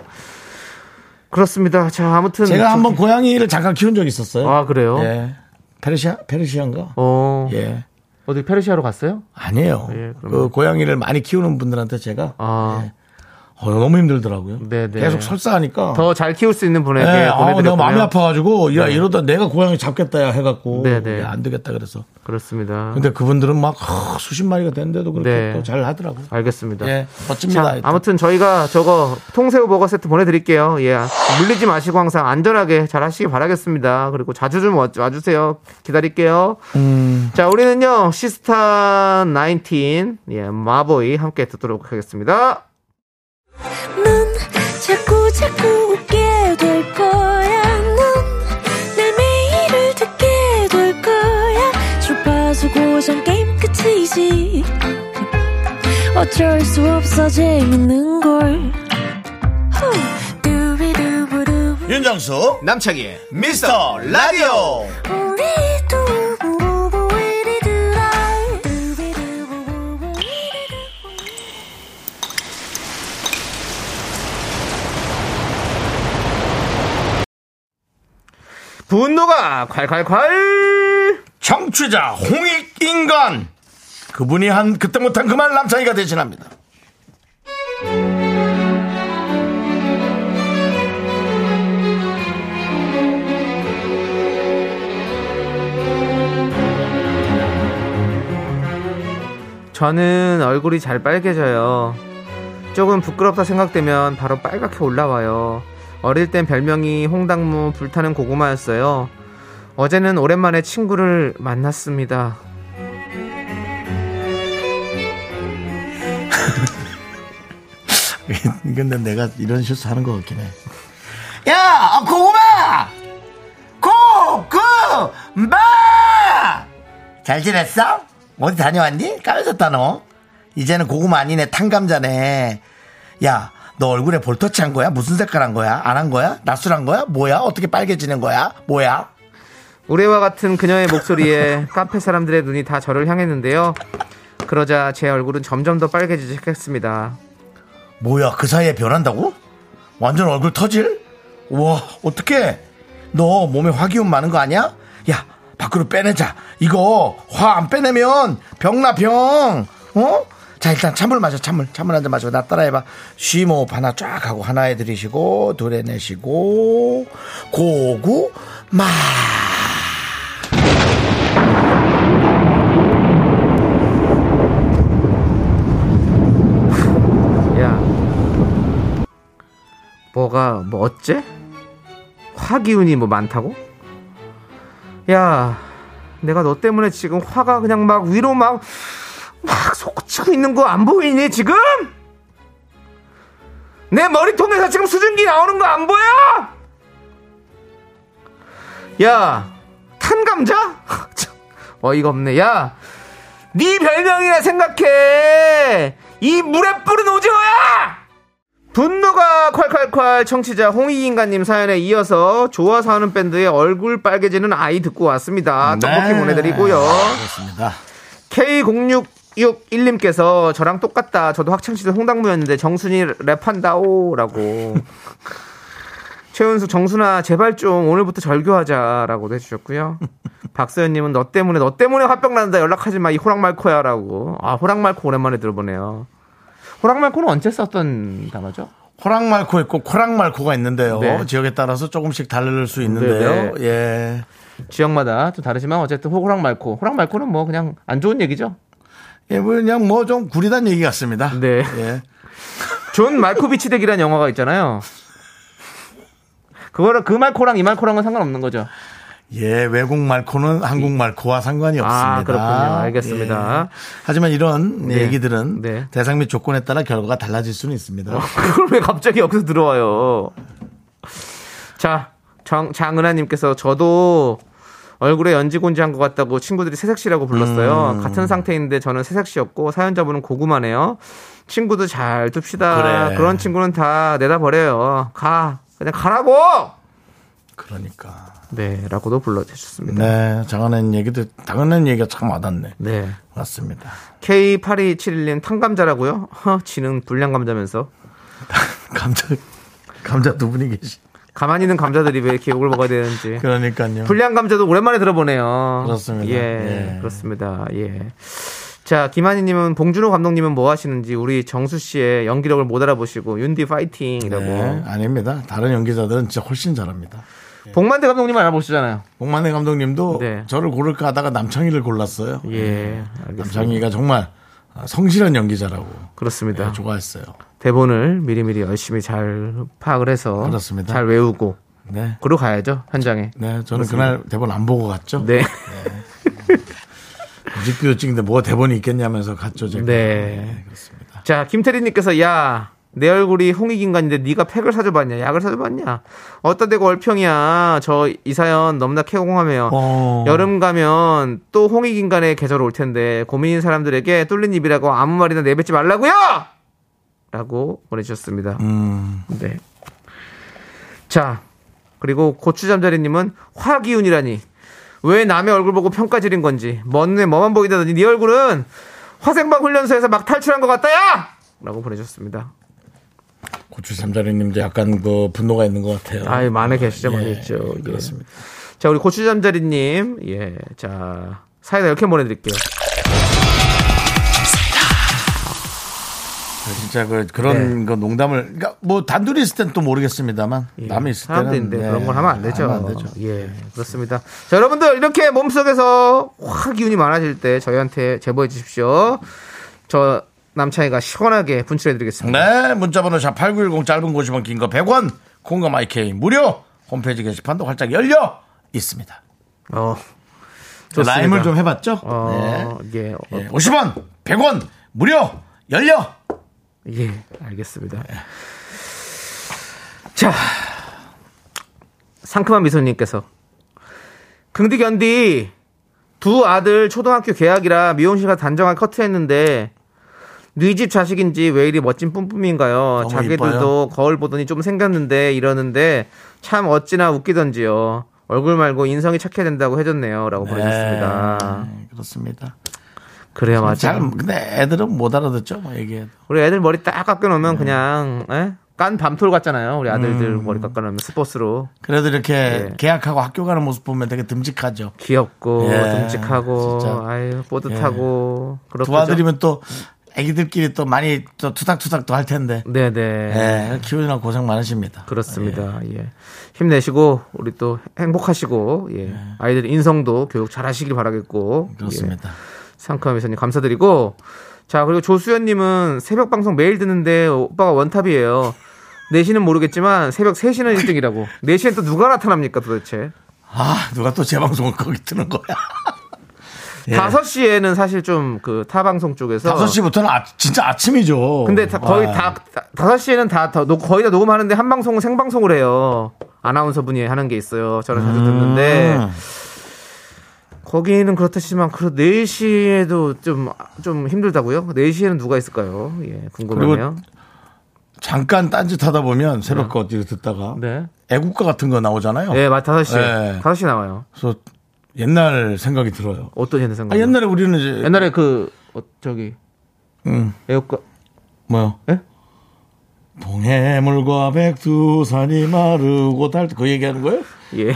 Speaker 2: 그렇습니다. 자, 아무튼
Speaker 1: 제가
Speaker 2: 좀-
Speaker 1: 한번 고양이를 잠깐 키운 적이 있었어요.
Speaker 2: 아, 그래요?
Speaker 1: 예. 페르시아 페르시아인가?
Speaker 2: 어.
Speaker 1: 예.
Speaker 2: 어디 페르시아로 갔어요?
Speaker 1: 아니에요.
Speaker 2: 예, 그러면-
Speaker 1: 그 고양이를 많이 키우는 분들한테 제가
Speaker 2: 아.
Speaker 1: 어, 너무 힘들더라고요.
Speaker 2: 네, 네.
Speaker 1: 계속 설사하니까
Speaker 2: 더 잘 키울 수 있는 분에게
Speaker 1: 네,
Speaker 2: 보내
Speaker 1: 아우,
Speaker 2: 드렸고요.
Speaker 1: 내가 마음이 아파가지고, 야, 이러다 내가 고양이 잡겠다 야 해갖고,
Speaker 2: 네, 네.
Speaker 1: 야, 안 되겠다 그래서.
Speaker 2: 그렇습니다.
Speaker 1: 근데 그분들은 막 허, 수십 마리가 됐는데도 그렇게
Speaker 2: 네.
Speaker 1: 또 잘 하더라고요.
Speaker 2: 알겠습니다.
Speaker 1: 예, 멋집니다.
Speaker 2: 자,
Speaker 1: 하여튼.
Speaker 2: 아무튼 저희가 저거 통새우 버거 세트 보내드릴게요. 예, 물리지 마시고 항상 안전하게 잘 하시기 바라겠습니다. 그리고 자주 좀 와- 와주세요. 기다릴게요.
Speaker 1: 음.
Speaker 2: 자, 우리는요 시스타 19, 예, 마보이 함께 듣도록 하겠습니다.
Speaker 4: 넌 자꾸 자꾸 웃게 될 거야. 넌내 매일을 듣게 될 거야. 주파수 어쩔 수 없어 재밌는 걸 후. 두비두부두.
Speaker 1: 윤정수
Speaker 3: 남창희의
Speaker 1: 미스터 라디오
Speaker 4: 우리 두부부부 우리 두라. 두비두부부부 우리 두라.
Speaker 2: 분노가 콸콸콸!
Speaker 1: 청취자 홍익인간 그분이 한 그때 못한 그 말 남창희가 대신합니다
Speaker 2: 저는 얼굴이 잘 빨개져요. 조금 부끄럽다 생각되면 바로 빨갛게 올라와요. 어릴 땐 별명이 홍당무 불타는 고구마였어요. 어제는 오랜만에 친구를 만났습니다.
Speaker 1: 근데 내가 이런 실수하는 거 같긴 해야 어, 고구마 고구마 잘 지냈어? 어디 다녀왔니? 까매졌다 너 이제는 고구마 아니네 탕감자네 야 너 얼굴에 볼터치 한 거야? 무슨 색깔 한 거야? 안 한 거야? 낯설한 거야? 뭐야? 어떻게 빨개지는 거야? 뭐야?
Speaker 2: 우레와 같은 그녀의 목소리에 카페 사람들의 눈이 다 저를 향했는데요. 그러자 제 얼굴은 점점 더 빨개지기 시작했습니다.
Speaker 1: 뭐야 그 사이에 변한다고? 완전 얼굴 터질? 우와 어떡해 너 몸에 화기운 많은 거 아니야? 야 밖으로 빼내자 이거 화 안 빼내면 병나 병 어? 자 일단 찬물 마셔 찬물 찬물 한 잔 마셔 나 따라해봐 쉬모흡 하나 쫙 하고 하나에 들이쉬고 둘에 내쉬고 고구 마
Speaker 2: 야, 뭐가 뭐 어째? 화기운이 뭐 많다고? 야, 내가 너 때문에 지금 화가 그냥 막 위로 막 막 솟구치고 있는 거 안 보이니 지금? 내 머리통에서 지금 수증기 나오는 거 안 보여? 야, 탄 감자? 참, 어이가 없네. 야, 네 별명이라 생각해. 이 물에 뿌린 오징어야! 분노가 콸콸콸 청취자 홍익인간님 사연에 이어서 좋아서 하는 밴드의 얼굴 빨개지는 아이 듣고 왔습니다. 떡볶이 보내드리고요.
Speaker 1: 네. 아, 그렇습니다
Speaker 2: K0661님께서 저랑 똑같다. 저도 학창시절 홍당무였는데 정순이 랩한다오. 라고. 최은수, 정순아, 제발 좀 오늘부터 절교하자. 라고도 해주셨고요. 박서연님은 너 때문에, 너 때문에 화병 난다. 연락하지 마. 이 호랑말코야. 라고. 아, 호랑말코 오랜만에 들어보네요. 호랑말코는 언제 썼던 단어죠?
Speaker 1: 호랑말코 있고 코랑말코가 있는데요
Speaker 2: 네.
Speaker 1: 지역에 따라서 조금씩 다를 수 있는데요
Speaker 2: 네,
Speaker 1: 예
Speaker 2: 지역마다 좀 다르지만 어쨌든 호- 호랑말코. 호랑말코는 뭐 그냥 안 좋은 얘기죠.
Speaker 1: 예, 뭐 그냥 뭐 좀 구리단 얘기 같습니다.
Speaker 2: 네.
Speaker 1: 예.
Speaker 2: 존 말코비치 덱이라는 영화가 있잖아요. 그거랑 그 말코랑 이 말코랑은 상관없는 거죠.
Speaker 1: 예, 외국 말코는 한국 말코와 상관이 없습니다.
Speaker 2: 아, 그렇군요. 알겠습니다.
Speaker 1: 예. 하지만 이런
Speaker 2: 네.
Speaker 1: 얘기들은
Speaker 2: 네. 어.
Speaker 1: 대상 및 조건에 따라 결과가 달라질 수는 있습니다.
Speaker 2: 그걸 왜 갑자기 여기서 들어와요? 자, 정, 장은하님께서 저도 얼굴에 연지곤지 한 것 같다고 친구들이 새색시라고 불렀어요. 같은 상태인데 저는 새색시였고 사연자분은 고구마네요. 친구도 잘 둡시다.
Speaker 1: 그래.
Speaker 2: 그런 친구는 다 내다버려요. 가. 그냥 가라고!
Speaker 1: 그러니까.
Speaker 2: 네, 라고도 불러주셨습니다.
Speaker 1: 네, 장하는 얘기도 당연한 얘기가 참 와닿네.
Speaker 2: 네.
Speaker 1: 맞습니다.
Speaker 2: K8271님 탕감자라고요? 허, 지는 불량 감자면서.
Speaker 1: 감자 감자 두 분이 계시.
Speaker 2: 가만히 있는 감자들이 왜 이렇게 욕을 먹어야 되는지.
Speaker 1: 그러니까요.
Speaker 2: 불량 감자도 오랜만에 들어보네요.
Speaker 1: 그렇습니다.
Speaker 2: 예,
Speaker 1: 예.
Speaker 2: 그렇습니다. 예. 자, 김한희님은 봉준호 감독님은 뭐 하시는지 우리 정수 씨의 연기력을 못 알아보시고 윤디 파이팅이라고.
Speaker 1: 네, 아닙니다. 다른 연기자들은 진짜 훨씬 잘합니다.
Speaker 2: 복만대 감독님 알아보시잖아요.
Speaker 1: 복만의 감독님도
Speaker 2: 네.
Speaker 1: 저를 고를까 하다가 남창희를 골랐어요.
Speaker 2: 예, 알겠습니다.
Speaker 1: 남창희가 정말 아, 성실한 연기자라고.
Speaker 2: 그렇습니다.
Speaker 1: 네, 좋아했어요.
Speaker 2: 대본을 미리미리 열심히 잘 파악을 해서
Speaker 1: 그렇습니다.
Speaker 2: 잘 외우고
Speaker 1: 네.
Speaker 2: 그러 가야죠 현장에.
Speaker 1: 네, 저는 그날 대본 안 보고 갔죠.
Speaker 2: 네,
Speaker 1: 뮤직비디오 찍는데 뭐가 대본이 있겠냐면서 갔죠, 제가.
Speaker 2: 네.
Speaker 1: 그렇습니다.
Speaker 2: 자, 김태리님께서 야 내 얼굴이 홍익인간인데 네가 팩을 사줘봤냐 약을 사줘봤냐 어따 대고 얼평이야 저 이사연 넘나 캐공하며
Speaker 1: 어.
Speaker 2: 여름 가면 또 홍익인간의 계절 올 텐데 고민인 사람들에게 뚫린 입이라고 아무 말이나 내뱉지 말라고요 라고 보내주셨습니다
Speaker 1: 음,
Speaker 2: 네. 자, 그리고 고추잠자리님은 화기운이라니. 왜 남의 얼굴 보고 평가 지른 건지. 먼 눈에 뭐만 보이다더니 네 얼굴은 화생방 훈련소에서 막 탈출한 것 같다, 야! 라고 보내주셨습니다.
Speaker 1: 고추 삼자리님도 약간 그 분노가 있는 것 같아요.
Speaker 2: 아유, 많이 뭐. 계시죠, 많이
Speaker 1: 예,
Speaker 2: 있죠. 예.
Speaker 1: 그렇습니다.
Speaker 2: 자, 우리 고추잠자리님. 예, 자, 사이다 이렇게 보내드릴게요.
Speaker 1: 진짜 그 그런 그 농담을 그러니까 뭐 단둘이 있을 땐 또 모르겠습니다만
Speaker 2: 네. 예,
Speaker 1: 남이 있을 때는 네,
Speaker 2: 사람들인데 그런 걸 하면 안 되죠.
Speaker 1: 하면 안 되죠.
Speaker 2: 예, 그렇습니다. 자, 여러분들 이렇게 몸속에서 확 기운이 많아질 때 저희한테 제보해 주십시오. 저 남창이가 시원하게 분출해 드리겠습니다.
Speaker 1: 네, 문자번호 샵8910 짧은 50원 긴 거 100원 콩과 마이케이 무료 홈페이지 게시판도 활짝 열려 있습니다.
Speaker 2: 어.
Speaker 1: 네. 라임을 좀 해봤죠?
Speaker 2: 어, 예.
Speaker 1: 네. 예, 50원, 100원 무료 열려.
Speaker 2: 예, 알겠습니다. 자, 상큼한 미소님께서 긍디 견디 두 아들 초등학교 개학이라 미용실 가 단정한 커트했는데 네 집 자식인지 왜 이리 멋진 뿜뿜인가요?
Speaker 1: 너무
Speaker 2: 자기들도
Speaker 1: 이뻐요.
Speaker 2: 거울 보더니 좀 생겼는데 이러는데 참 어찌나 웃기던지요. 얼굴 말고 인성이 착해야 된다고 해줬네요라고 보내셨습니다.
Speaker 1: 네, 그렇습니다.
Speaker 2: 그래요, 맞아요.
Speaker 1: 잘 근데 애들은 못 알아듣죠, 뭐 얘기해.
Speaker 2: 우리 애들 머리 딱
Speaker 1: 네.
Speaker 2: 깎아놓으면 그냥 에? 깐 밤톨 같잖아요. 우리 아들들
Speaker 1: 음.
Speaker 2: 머리 깎아놓으면 스포츠로
Speaker 1: 그래도 이렇게
Speaker 2: 예.
Speaker 1: 계약하고 학교 가는 모습 보면 되게 듬직하죠.
Speaker 2: 귀엽고
Speaker 1: 예,
Speaker 2: 듬직하고
Speaker 1: 진짜. 예.
Speaker 2: 아유 뿌듯하고 그렇죠.
Speaker 1: 두 아들이면 또 애기들끼리 또 많이 또 투닥투닥 도할 텐데.
Speaker 2: 네네
Speaker 1: 예, 키우느라 고생 많으십니다.
Speaker 2: 그렇습니다. 예. 힘내시고 우리 또 행복하시고 예. 아이들 인성도 교육 잘하시길 바라겠고 예.
Speaker 1: 그렇습니다.
Speaker 2: 상큼한 미선님 감사드리고 자 그리고 조수연님은 새벽 방송 매일 듣는데 오빠가 원탑이에요. 4시는 모르겠지만 새벽 3시는 1등이라고. 4시엔 또 누가 나타납니까 도대체?
Speaker 1: 아, 누가 또 재방송을 거기 뜨는 거야.
Speaker 2: 어.
Speaker 1: 예.
Speaker 2: 다섯 시에는 사실 좀 그 타방송 쪽에서
Speaker 1: 다섯 시부터는 아, 진짜 어. 아침이죠.
Speaker 2: 근데 다- 거의
Speaker 1: 와.
Speaker 2: 다 다- 다섯 시에는 다, 다 녹- 거의 다 녹음하는데 한 방송은 생방송을 해요. 아나운서 분이 하는 게 있어요. 저는 자주 듣는데
Speaker 1: 음.
Speaker 2: 거기는 그렇다시만 그래도 4시에도 좀 좀 힘들다고요? 4시에는 누가 있을까요? 예, 궁금하네요.
Speaker 1: 잠깐 딴짓 하다 보면 새벽 거 어디를 듣다가
Speaker 2: 네.
Speaker 1: 애국가 같은 거 나오잖아요.
Speaker 2: 예, 맞 다섯 시
Speaker 1: 네.
Speaker 2: 다섯 시 나와요.
Speaker 1: 그래서 옛날 생각이 들어요.
Speaker 2: 어떤 옛날 생각?
Speaker 1: 아, 옛날에 우리는 이제
Speaker 2: 옛날에 그 어, 저기
Speaker 1: 음.
Speaker 2: 애국가
Speaker 1: 뭐요?
Speaker 2: 예?
Speaker 1: 동해물과 백두산이 마르고 닳 그 얘기하는 거예요?
Speaker 2: 예.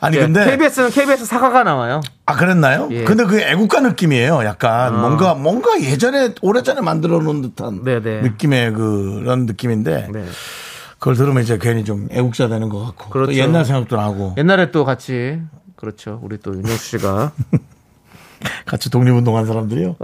Speaker 1: 아니 근데
Speaker 2: 네. KBS는 KBS 사과가 나와요.
Speaker 1: 아 그랬나요?
Speaker 2: 예. 아.
Speaker 1: 근데 그 애국가 느낌이에요. 약간 뭔가 뭔가 예전에 오래전에 만들어 놓은 듯한
Speaker 2: 네네.
Speaker 1: 느낌의 그런 느낌인데
Speaker 2: 네.
Speaker 1: 그걸 들으면 이제 괜히 좀 애국자 되는 것 같고
Speaker 2: 그렇죠. 예.
Speaker 1: 또 옛날 생각도 나고
Speaker 2: 옛날에 또 같이 그렇죠. 우리 또 윤정수 씨가
Speaker 1: 같이 독립운동한 사람들이요.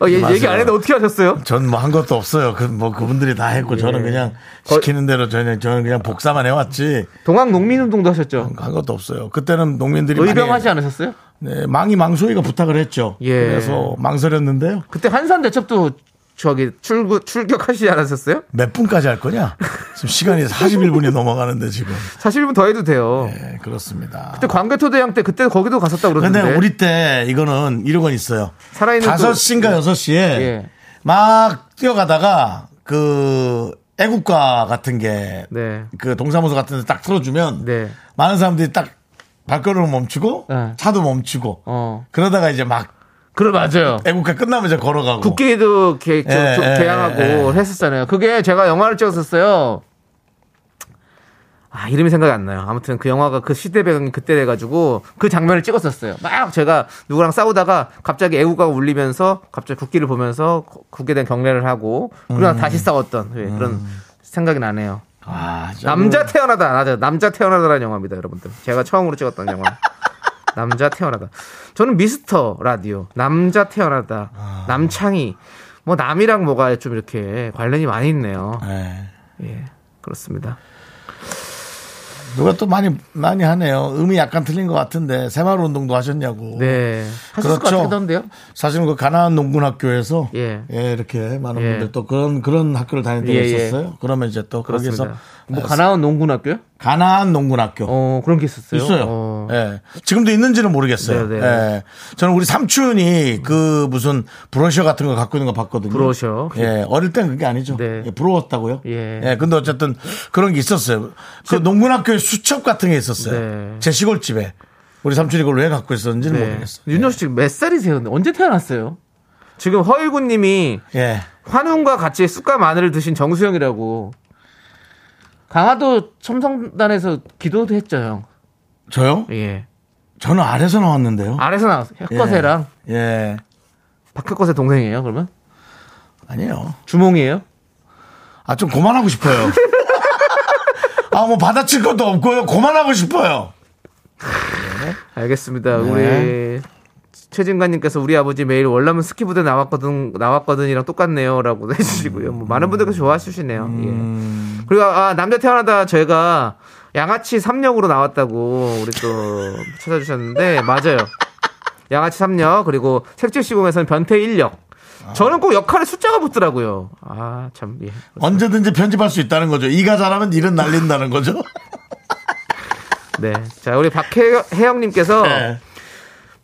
Speaker 2: 어, 얘,
Speaker 1: 맞아요.
Speaker 2: 얘기 안 했는데 어떻게 하셨어요?
Speaker 1: 전 뭐 한 것도 없어요. 그 뭐 그분들이 다 했고
Speaker 2: 예.
Speaker 1: 저는 그냥
Speaker 2: 거의-
Speaker 1: 시키는 대로 저는 저는 그냥 복사만 해왔지
Speaker 2: 동학 농민운동도 하셨죠.
Speaker 1: 한 것도 없어요. 그때는 농민들이
Speaker 2: 의병하지
Speaker 1: 많이-
Speaker 2: 않으셨어요?
Speaker 1: 네, 망이 망소이가 부탁을 했죠.
Speaker 2: 예.
Speaker 1: 그래서 망설였는데요.
Speaker 2: 그때 한산 대첩도 저기 출구 출격하시지 않으셨어요?
Speaker 1: 몇 분까지 할 거냐? 지금 시간이 41분이 넘어가는데 지금.
Speaker 2: 41분 더 해도 돼요.
Speaker 1: 네, 그렇습니다.
Speaker 2: 그때 광개토대양 때 그때 거기도 갔었다
Speaker 1: 근데
Speaker 2: 그러는데.
Speaker 1: 우리 때 이거는 이런 건 있어요.
Speaker 2: 살아있는
Speaker 1: 다섯
Speaker 2: 그-
Speaker 1: 시인가 여섯 시에
Speaker 2: 예.
Speaker 1: 막 뛰어가다가 그 애국가 같은 게
Speaker 2: 네.
Speaker 1: 그 동사무소 같은 데 딱 틀어주면
Speaker 2: 네.
Speaker 1: 많은 사람들이 딱 발걸음을 멈추고
Speaker 2: 네.
Speaker 1: 차도 멈추고
Speaker 2: 어.
Speaker 1: 그러다가 이제 막
Speaker 2: 그래 맞아요.
Speaker 1: 애국가 끝나면 이제 걸어가고
Speaker 2: 국기도 개, 저,
Speaker 1: 예,
Speaker 2: 저-
Speaker 1: 예,
Speaker 2: 개항하고
Speaker 1: 예, 예.
Speaker 2: 했었잖아요. 그게 제가 영화를 찍었었어요. 아 이름이 생각이 안 나요. 아무튼 그 영화가 그 시대 배경이 그때 돼가지고 그 장면을 찍었었어요. 막 제가 누구랑 싸우다가 갑자기 애국가가 울리면서 갑자기 국기를 보면서 거- 국에 대한 경례를 하고
Speaker 1: 음.
Speaker 2: 그러다 다시 싸웠던 예, 그런 생각이 나네요.
Speaker 1: 아, 진짜
Speaker 2: 남자 태어나다 맞아 남자 태어나다라는 영화입니다 여러분들 제가 처음으로 찍었던 영화 남자 태어나다 저는 미스터 라디오 남자 태어나다
Speaker 1: 아.
Speaker 2: 남창희 뭐 남이랑 뭐가 좀 이렇게 관련이 많이 있네요
Speaker 1: 네.
Speaker 2: 예 그렇습니다
Speaker 1: 누가 또 많이 많이 하네요. 음이 약간 틀린 것 같은데 새마을 운동도 하셨냐고.
Speaker 2: 네. 하실 것
Speaker 1: 그렇죠.
Speaker 2: 같기도 한데요.
Speaker 1: 사실은 그 가나안 농군학교에서 예.
Speaker 2: 예.
Speaker 1: 이렇게 많은
Speaker 2: 예.
Speaker 1: 분들 또 그런 그런 학교를 다니는 데가
Speaker 2: 예, 예.
Speaker 1: 있었어요. 그러면 이제 또
Speaker 2: 그렇습니다.
Speaker 1: 거기서 아,
Speaker 2: 뭐 가나운 농군학교요?
Speaker 1: 가나안 농군학교
Speaker 2: 어 그런 게 있었어요.
Speaker 1: 있어요.
Speaker 2: 어.
Speaker 1: 예. 지금도 있는지는 모르겠어요.
Speaker 2: 네, 네.
Speaker 1: 예. 저는 우리 삼촌이 그 무슨 브로셔 같은 거 갖고 있는 거 봤거든요.
Speaker 2: 브로셔.
Speaker 1: 예. 어릴 땐 그게 아니죠.
Speaker 2: 네.
Speaker 1: 예, 부러웠다고요.
Speaker 2: 예.
Speaker 1: 근데 어쨌든 그런 게 있었어요. 그 농군학교에 수첩 같은 게 있었어요.
Speaker 2: 네.
Speaker 1: 제 시골집에. 우리 삼촌이 뭐 그걸 왜 갖고 있었는지는 모르겠어요.
Speaker 2: 윤정수 씨몇 살이세요? 언제 태어났어요? 지금 허일구님이
Speaker 1: 예.
Speaker 2: 환웅과 같이 쑥과 마늘을 드신 정수영이라고 강화도 첨성단에서 기도도 했죠 형.
Speaker 1: 저요?
Speaker 2: 예.
Speaker 1: 저는 아래서 나왔는데요.
Speaker 2: 아래서 나왔어요. 혁거세랑
Speaker 1: 예. 예.
Speaker 2: 박혁거세 동생이에요 그러면?
Speaker 1: 아니에요.
Speaker 2: 주몽이에요?
Speaker 1: 아, 좀 그만하고 싶어요. 아, 뭐 받아칠 것도 없고요. 그만하고 싶어요.
Speaker 2: 알겠습니다.
Speaker 1: 네.
Speaker 2: 우리 최진관님께서 우리 아버지 매일 월남은 스키 부대 나왔거든 나왔거든이랑 똑같네요라고 해주시고요. 뭐 많은 분들께서 좋아하시네요. 예. 그리고 아, 남자 태어나다 저희가 양아치 3력으로 나왔다고 우리 또 찾아주셨는데 맞아요. 양아치 3력 그리고 색칠시공에서는 변태 1력. 저는 꼭 역할에 숫자가 붙더라고요. 아 참 예.
Speaker 1: 언제든지 편집할 수 있다는 거죠. 이가 잘하면 일은 날린다는 거죠.
Speaker 2: 네. 자 우리 박혜영님께서
Speaker 1: 네.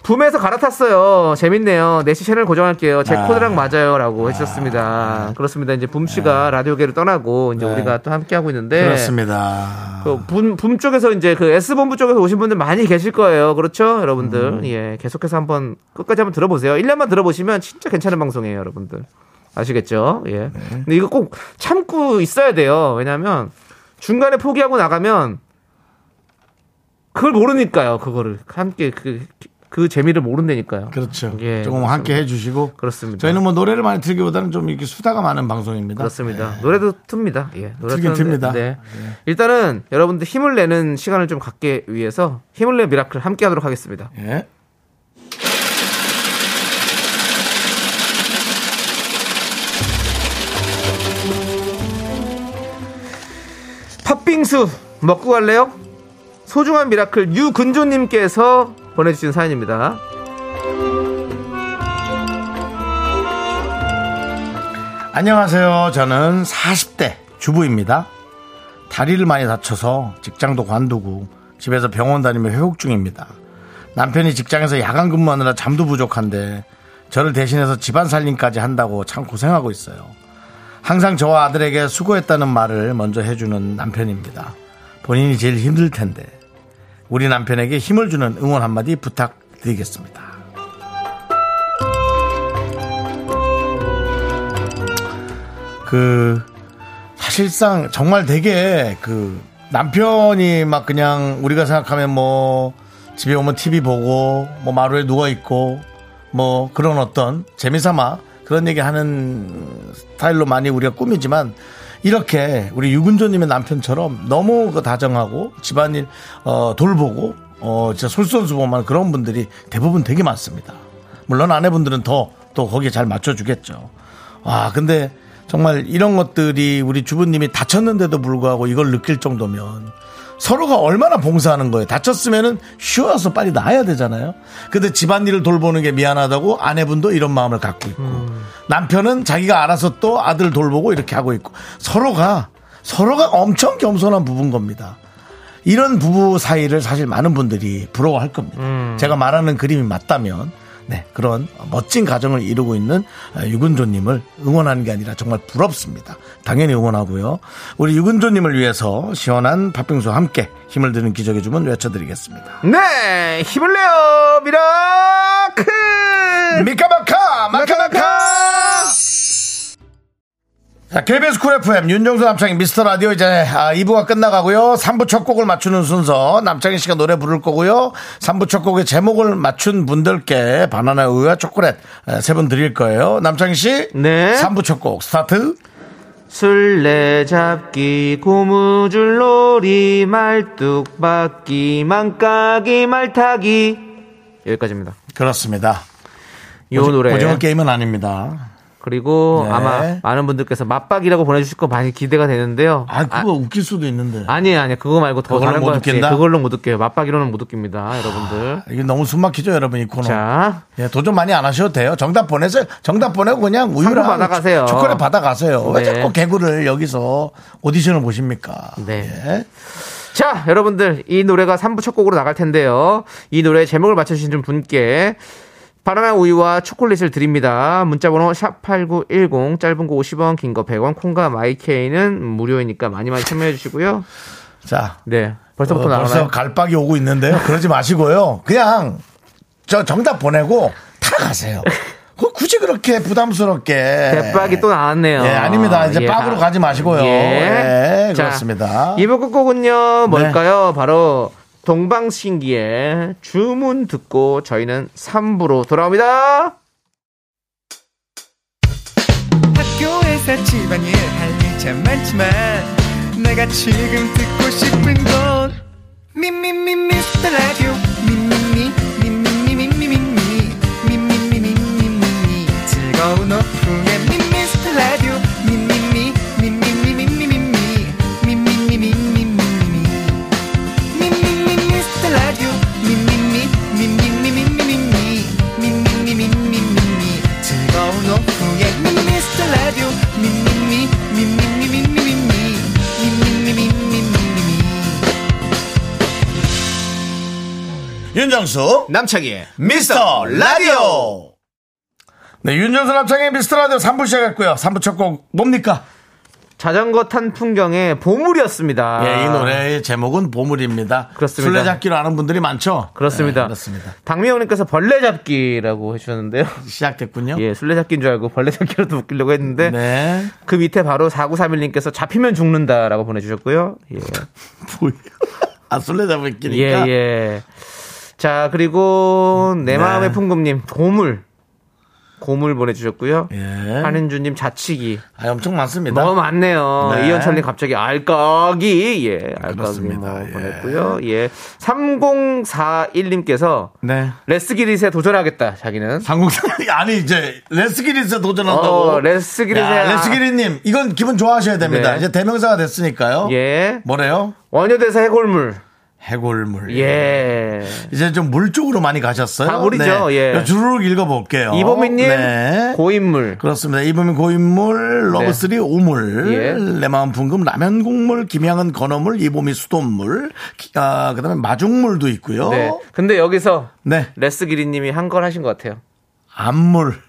Speaker 2: 붐에서 갈아탔어요. 재밌네요. 4시 채널 고정할게요. 제
Speaker 1: 아.
Speaker 2: 코드랑 맞아요. 라고 해주셨습니다. 그렇습니다. 이제 붐씨가 라디오계를 떠나고 이제
Speaker 1: 네.
Speaker 2: 우리가 또 함께하고 있는데.
Speaker 1: 그렇습니다.
Speaker 2: 그 붐, 붐 쪽에서 이제 그 S본부 쪽에서 오신 분들 많이 계실 거예요. 그렇죠? 여러분들.
Speaker 1: 음.
Speaker 2: 예. 계속해서 한번 끝까지 한번 들어보세요. 1년만 들어보시면 진짜 괜찮은 방송이에요. 여러분들. 아시겠죠?
Speaker 1: 네.
Speaker 2: 예. 근데 이거 꼭 참고 있어야 돼요. 왜냐면 중간에 포기하고 나가면 그걸 모르니까요. 그거를. 함께 그, 그 재미를 모른다니까요.
Speaker 1: 그렇죠.
Speaker 2: 예,
Speaker 1: 조금
Speaker 2: 그렇습니다.
Speaker 1: 함께 해주시고
Speaker 2: 그렇습니다.
Speaker 1: 저희는 뭐 노래를 많이 틀기보다는 좀 이렇게 수다가 많은 방송입니다.
Speaker 2: 그렇습니다. 노래도 틉니다. 예, 노래
Speaker 1: 아, 네. 틀긴
Speaker 2: 트는데,
Speaker 1: 틉니다.
Speaker 2: 네. 일단은 여러분들 힘을 내는 시간을 좀 갖기 위해서 힘을 내 미라클 함께 하도록 하겠습니다.
Speaker 1: 예. 예.
Speaker 2: 팥빙수 먹고 갈래요? 소중한 미라클 유근조님께서 보내주신 사연입니다.
Speaker 1: 안녕하세요. 저는 40대 주부입니다. 다리를 많이 다쳐서 직장도 관두고 집에서 병원 다니며 회복 중입니다. 남편이 직장에서 야간 근무하느라 잠도 부족한데 저를 대신해서 집안 살림까지 한다고 참 고생하고 있어요. 항상 저와 아들에게 수고했다는 말을 먼저 해주는 남편입니다. 본인이 제일 힘들 텐데 우리 남편에게 힘을 주는 응원 한마디 부탁드리겠습니다. 그 사실상 정말 되게 그 남편이 막 그냥 우리가 생각하면 뭐 집에 오면 TV 보고 뭐 마루에 누워 있고 뭐 그런 어떤 재미삼아 그런 얘기 하는 스타일로 많이 우리가 꾸미지만 이렇게 우리 유근조님의 남편처럼 너무 그 다정하고 집안일 어, 돌보고 어 진짜 솔선수범한 그런 분들이 대부분 되게 많습니다. 물론 아내분들은 더 또 거기에 잘 맞춰주겠죠. 와 근데 정말 이런 것들이 우리 주부님이 다쳤는데도 불구하고 이걸 느낄 정도면 서로가 얼마나 봉사하는 거예요. 다쳤으면은 쉬어서 빨리 나아야 되잖아요. 근데 집안일을 돌보는 게 미안하다고 아내분도 이런 마음을 갖고 있고 남편은 자기가 알아서 또 아들 돌보고 이렇게 하고 있고 서로가 서로가 엄청 겸손한 부부인 겁니다. 이런 부부 사이를 사실 많은 분들이 부러워할 겁니다. 제가 말하는 그림이 맞다면 네, 그런 멋진 가정을 이루고 있는 유근조님을 응원하는 게 아니라 정말 부럽습니다. 당연히 응원하고요. 우리 유근조님을 위해서 시원한 팥빙수와 함께 힘을 드는 기적의 주문 외쳐드리겠습니다.
Speaker 2: 네, 힘을 내요 미라클.
Speaker 1: 미카마카! 마카마카! 자, KBS 쿨 FM 윤정수 남창희 미스터 라디오 이제 아, 2부가 끝나가고요. 3부 첫 곡을 맞추는 순서 남창희 씨가 노래 부를 거고요. 3부 첫 곡의 제목을 맞춘 분들께 바나나 우유와 초콜릿 세 분 드릴 거예요. 남창희 씨.
Speaker 2: 네.
Speaker 1: 3부 첫 곡 스타트.
Speaker 2: 술래잡기 고무줄놀이 말뚝박기 망까기 말타기 여기까지입니다.
Speaker 1: 그렇습니다.
Speaker 2: 요 노래
Speaker 1: 오징어 게임은 아닙니다.
Speaker 2: 그리고
Speaker 1: 네.
Speaker 2: 아마 많은 분들께서 맞박이라고 보내주실 거 많이 기대가 되는데요.
Speaker 1: 아, 그거 웃길 수도 있는데.
Speaker 2: 아니에요, 아니에요. 그거 말고 더
Speaker 1: 그걸로
Speaker 2: 다른
Speaker 1: 못
Speaker 2: 거 같지.
Speaker 1: 웃긴다? 아,
Speaker 2: 그걸로 못 웃겨요. 맞박이로는 못 웃깁니다, 여러분들.
Speaker 1: 이게 너무 숨 막히죠, 여러분, 이 코너.
Speaker 2: 자,
Speaker 1: 예, 도전 많이 안 하셔도 돼요. 정답 보내세요. 정답 보내고 그냥 우유랑
Speaker 2: 상품 받아가세요.
Speaker 1: 초콜릿 받아가세요. 왜
Speaker 2: 네.
Speaker 1: 자꾸 개구를 여기서 오디션을 보십니까?
Speaker 2: 네.
Speaker 1: 예.
Speaker 2: 자, 여러분들 이 노래가 3부 첫 곡으로 나갈 텐데요. 이 노래 제목을 맞춰주신 분께 바나나 우유와 초콜릿을 드립니다. 문자번호 샵8910 짧은 거 50원, 긴 거 100원, 콩과 마이케이는 무료이니까 많이 많이 참여해 주시고요.
Speaker 1: 자,
Speaker 2: 네,
Speaker 1: 어,
Speaker 2: 벌써부터 나가나요?
Speaker 1: 벌써 갈박이 오고 있는데요. 그러지 마시고요. 그냥 저 정답 보내고 다 가세요. 그 굳이 그렇게 부담스럽게
Speaker 2: 대박이 또 나왔네요.
Speaker 1: 예, 아닙니다. 이제 빡으로 가지 마시고요. 예,
Speaker 2: 자,
Speaker 1: 그렇습니다. 네.
Speaker 2: 이번 끝곡은요, 뭘까요? 바로 동방신기의 주문 듣고 저희는 3부로 돌아옵니다.
Speaker 5: 학교에서 집안일 할 일 참 많지만 내가 지금 듣고 싶은 건 미미미 미스터 라디오 미미미 미미미 미미미 미미미 미미미 즐거운 오후에 미스터 라디오 미미미 미미미 미미미 미미미 미미미
Speaker 1: 윤정수
Speaker 3: 남창희의
Speaker 1: 미스터 라디오. 네, 윤정수 남창의 미스터 라디오 3부 시작했고요. 3부 첫 곡 뭡니까?
Speaker 2: 자전거 탄 풍경의 보물이었습니다.
Speaker 1: 예, 이 노래의 제목은 보물입니다.
Speaker 2: 아. 그렇습니다.
Speaker 1: 술래잡기를 아는 분들이 많죠?
Speaker 2: 그렇습니다.
Speaker 1: 예, 그렇습니다. 어?
Speaker 2: 박미호님께서 벌레잡기라고 해주셨는데요.
Speaker 1: 시작됐군요.
Speaker 2: 예, 술래잡기인 줄 알고 벌레잡기로도 웃기려고 했는데
Speaker 1: 네.
Speaker 2: 그 밑에 바로 4931님께서 잡히면 죽는다라고 보내주셨고요. 예.
Speaker 1: 뭐예요? 아, 술래잡기니까.
Speaker 2: 예, 예. 자, 그리고 내
Speaker 1: 그러니까. 네.
Speaker 2: 마음의 풍금님 고물. 고물 보내주셨고요.
Speaker 1: 예.
Speaker 2: 한은주님 자치기.
Speaker 1: 아, 엄청 많습니다.
Speaker 2: 너무 많네요.
Speaker 1: 네.
Speaker 2: 이현철님 갑자기 알까기. 예, 알까기
Speaker 1: 그렇습니다.
Speaker 2: 뭐
Speaker 1: 예.
Speaker 2: 보냈고요. 예. 3041님께서
Speaker 1: 네.
Speaker 2: 레스기릿에 도전하겠다, 자기는.
Speaker 1: 상공상 아니 이제 레스기리스 도전한다고.
Speaker 2: 어, 레스기리스.
Speaker 1: 야, 레스기리님 이건 기분 좋아하셔야 됩니다.
Speaker 2: 네.
Speaker 1: 이제 대명사가 됐으니까요.
Speaker 2: 예.
Speaker 1: 뭐래요?
Speaker 2: 원효대사 해골물.
Speaker 1: 해골물.
Speaker 2: 예.
Speaker 1: 이제 좀 물 쪽으로 많이 가셨어요. 네.
Speaker 2: 방울이죠, 예.
Speaker 1: 이거 주르륵 읽어볼게요.
Speaker 2: 이보미님
Speaker 1: 네.
Speaker 2: 고인물.
Speaker 1: 그렇습니다. 이보미 고인물, 러브쓰리 오물,
Speaker 2: 네. 예. 내
Speaker 1: 마음 풍금 라면 국물, 김양은 건어물, 이보미 수돗물, 기- 아, 그다음에 마중물도 있고요.
Speaker 2: 네. 근데 여기서
Speaker 1: 네.
Speaker 2: 레스기리님이 한 걸 하신 것 같아요.
Speaker 1: 안물.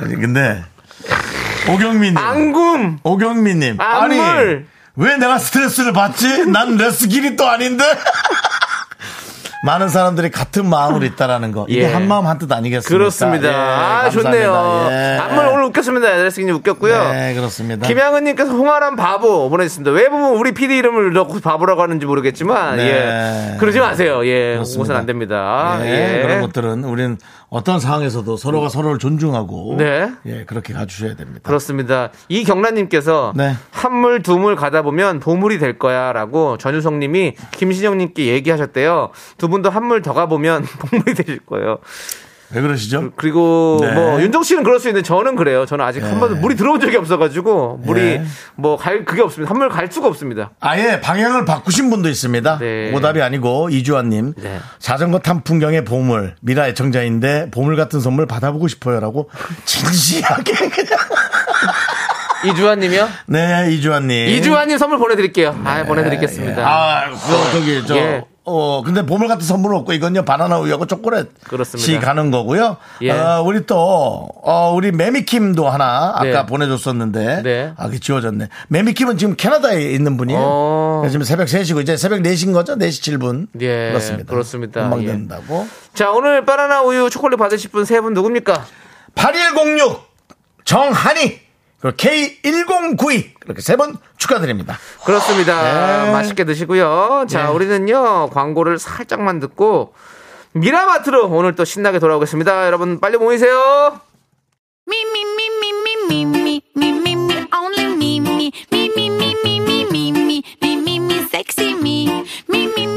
Speaker 1: 아니, 근데, 오경민님.
Speaker 2: 앙금.
Speaker 1: 오경민님. 아니,
Speaker 2: 안물.
Speaker 1: 왜 내가 스트레스를 받지? 난 레스길이 또 아닌데? 많은 사람들이 같은 마음으로 있다라는 거. 이게
Speaker 2: 예.
Speaker 1: 한 마음 한 뜻 아니겠습니까?
Speaker 2: 그렇습니다.
Speaker 1: 예,
Speaker 2: 아,
Speaker 1: 감사합니다.
Speaker 2: 좋네요.
Speaker 1: 예.
Speaker 2: 안물 오늘 웃겼습니다. 레스기리님 웃겼고요.
Speaker 1: 네, 그렇습니다.
Speaker 2: 김양은님께서 홍아람 바보 보내주셨습니다. 왜 보면 우리 PD 이름을 넣고 바보라고 하는지 모르겠지만,
Speaker 1: 네.
Speaker 2: 예. 그러지 마세요. 예.
Speaker 1: 그렇습니다.
Speaker 2: 옷은 안 됩니다.
Speaker 1: 예,
Speaker 2: 예.
Speaker 1: 그런 것들은 우리는 어떤 상황에서도 서로가 서로를 존중하고
Speaker 2: 네.
Speaker 1: 예, 그렇게 가주셔야 됩니다.
Speaker 2: 그렇습니다. 이 경란님께서
Speaker 1: 네.
Speaker 2: 한물 두물 가다 보면 보물이 될 거야라고 전유성님이 김신영님께 얘기하셨대요. 두 분도 한물 더 가보면 보물이 되실 거예요.
Speaker 1: 왜 그러시죠?
Speaker 2: 그리고
Speaker 1: 네.
Speaker 2: 뭐 윤정 씨는 그럴 수 있는데 저는 그래요. 저는 아직 한 번도 물이 들어온 적이 없어가지고 물이
Speaker 1: 예.
Speaker 2: 뭐 갈 그게 없습니다. 한물 갈 수가 없습니다.
Speaker 1: 아예 방향을 바꾸신 분도 있습니다.
Speaker 2: 네.
Speaker 1: 오답이 아니고 이주환님
Speaker 2: 네.
Speaker 1: 자전거 탄 풍경의 보물 미라 애청자인데 보물 같은 선물 받아보고 싶어요라고 진지하게 그냥
Speaker 2: 이주환님이요?
Speaker 1: 네 이주환님
Speaker 2: 이주환님 선물 보내드릴게요. 아 보내드리겠습니다.
Speaker 1: 아, 그, 저기, 저,
Speaker 2: 예.
Speaker 1: 어, 근데 보물 같은 선물은 없고, 이건요, 바나나 우유하고 초콜릿.
Speaker 2: 그렇습니다.
Speaker 1: 이 가는 거고요.
Speaker 2: 예.
Speaker 1: 어, 우리 또, 어, 우리 매미킴도 하나 아까
Speaker 2: 네.
Speaker 1: 보내줬었는데.
Speaker 2: 네.
Speaker 1: 아, 그 지워졌네. 매미킴은 지금 캐나다에 있는 분이에요.
Speaker 2: 어.
Speaker 1: 그래서 지금 새벽 3시고, 이제 새벽 4시인 거죠? 4시 7분.
Speaker 2: 예,
Speaker 1: 그렇습니다.
Speaker 2: 그렇습니다.
Speaker 1: 금방
Speaker 2: 예.
Speaker 1: 된다고.
Speaker 2: 자 오늘 바나나 우유 초콜릿 받으실 분 세 분 누굽니까?
Speaker 1: 8106! 정한이! 그리고 K1092! 그렇게 세 번 축하드립니다.
Speaker 2: 그렇습니다.
Speaker 1: 네.
Speaker 2: 맛있게 드시고요. 자, 우리는요, 광고를 살짝만 듣고, 미라마트로 오늘 또 신나게 돌아오겠습니다. 여러분, 빨리 모이세요.
Speaker 4: Me, me, me, me, me, me, me, me, me, me, only me, me, me, me, me, me, me, me, me, me, me, me, sexy me, me, me, me,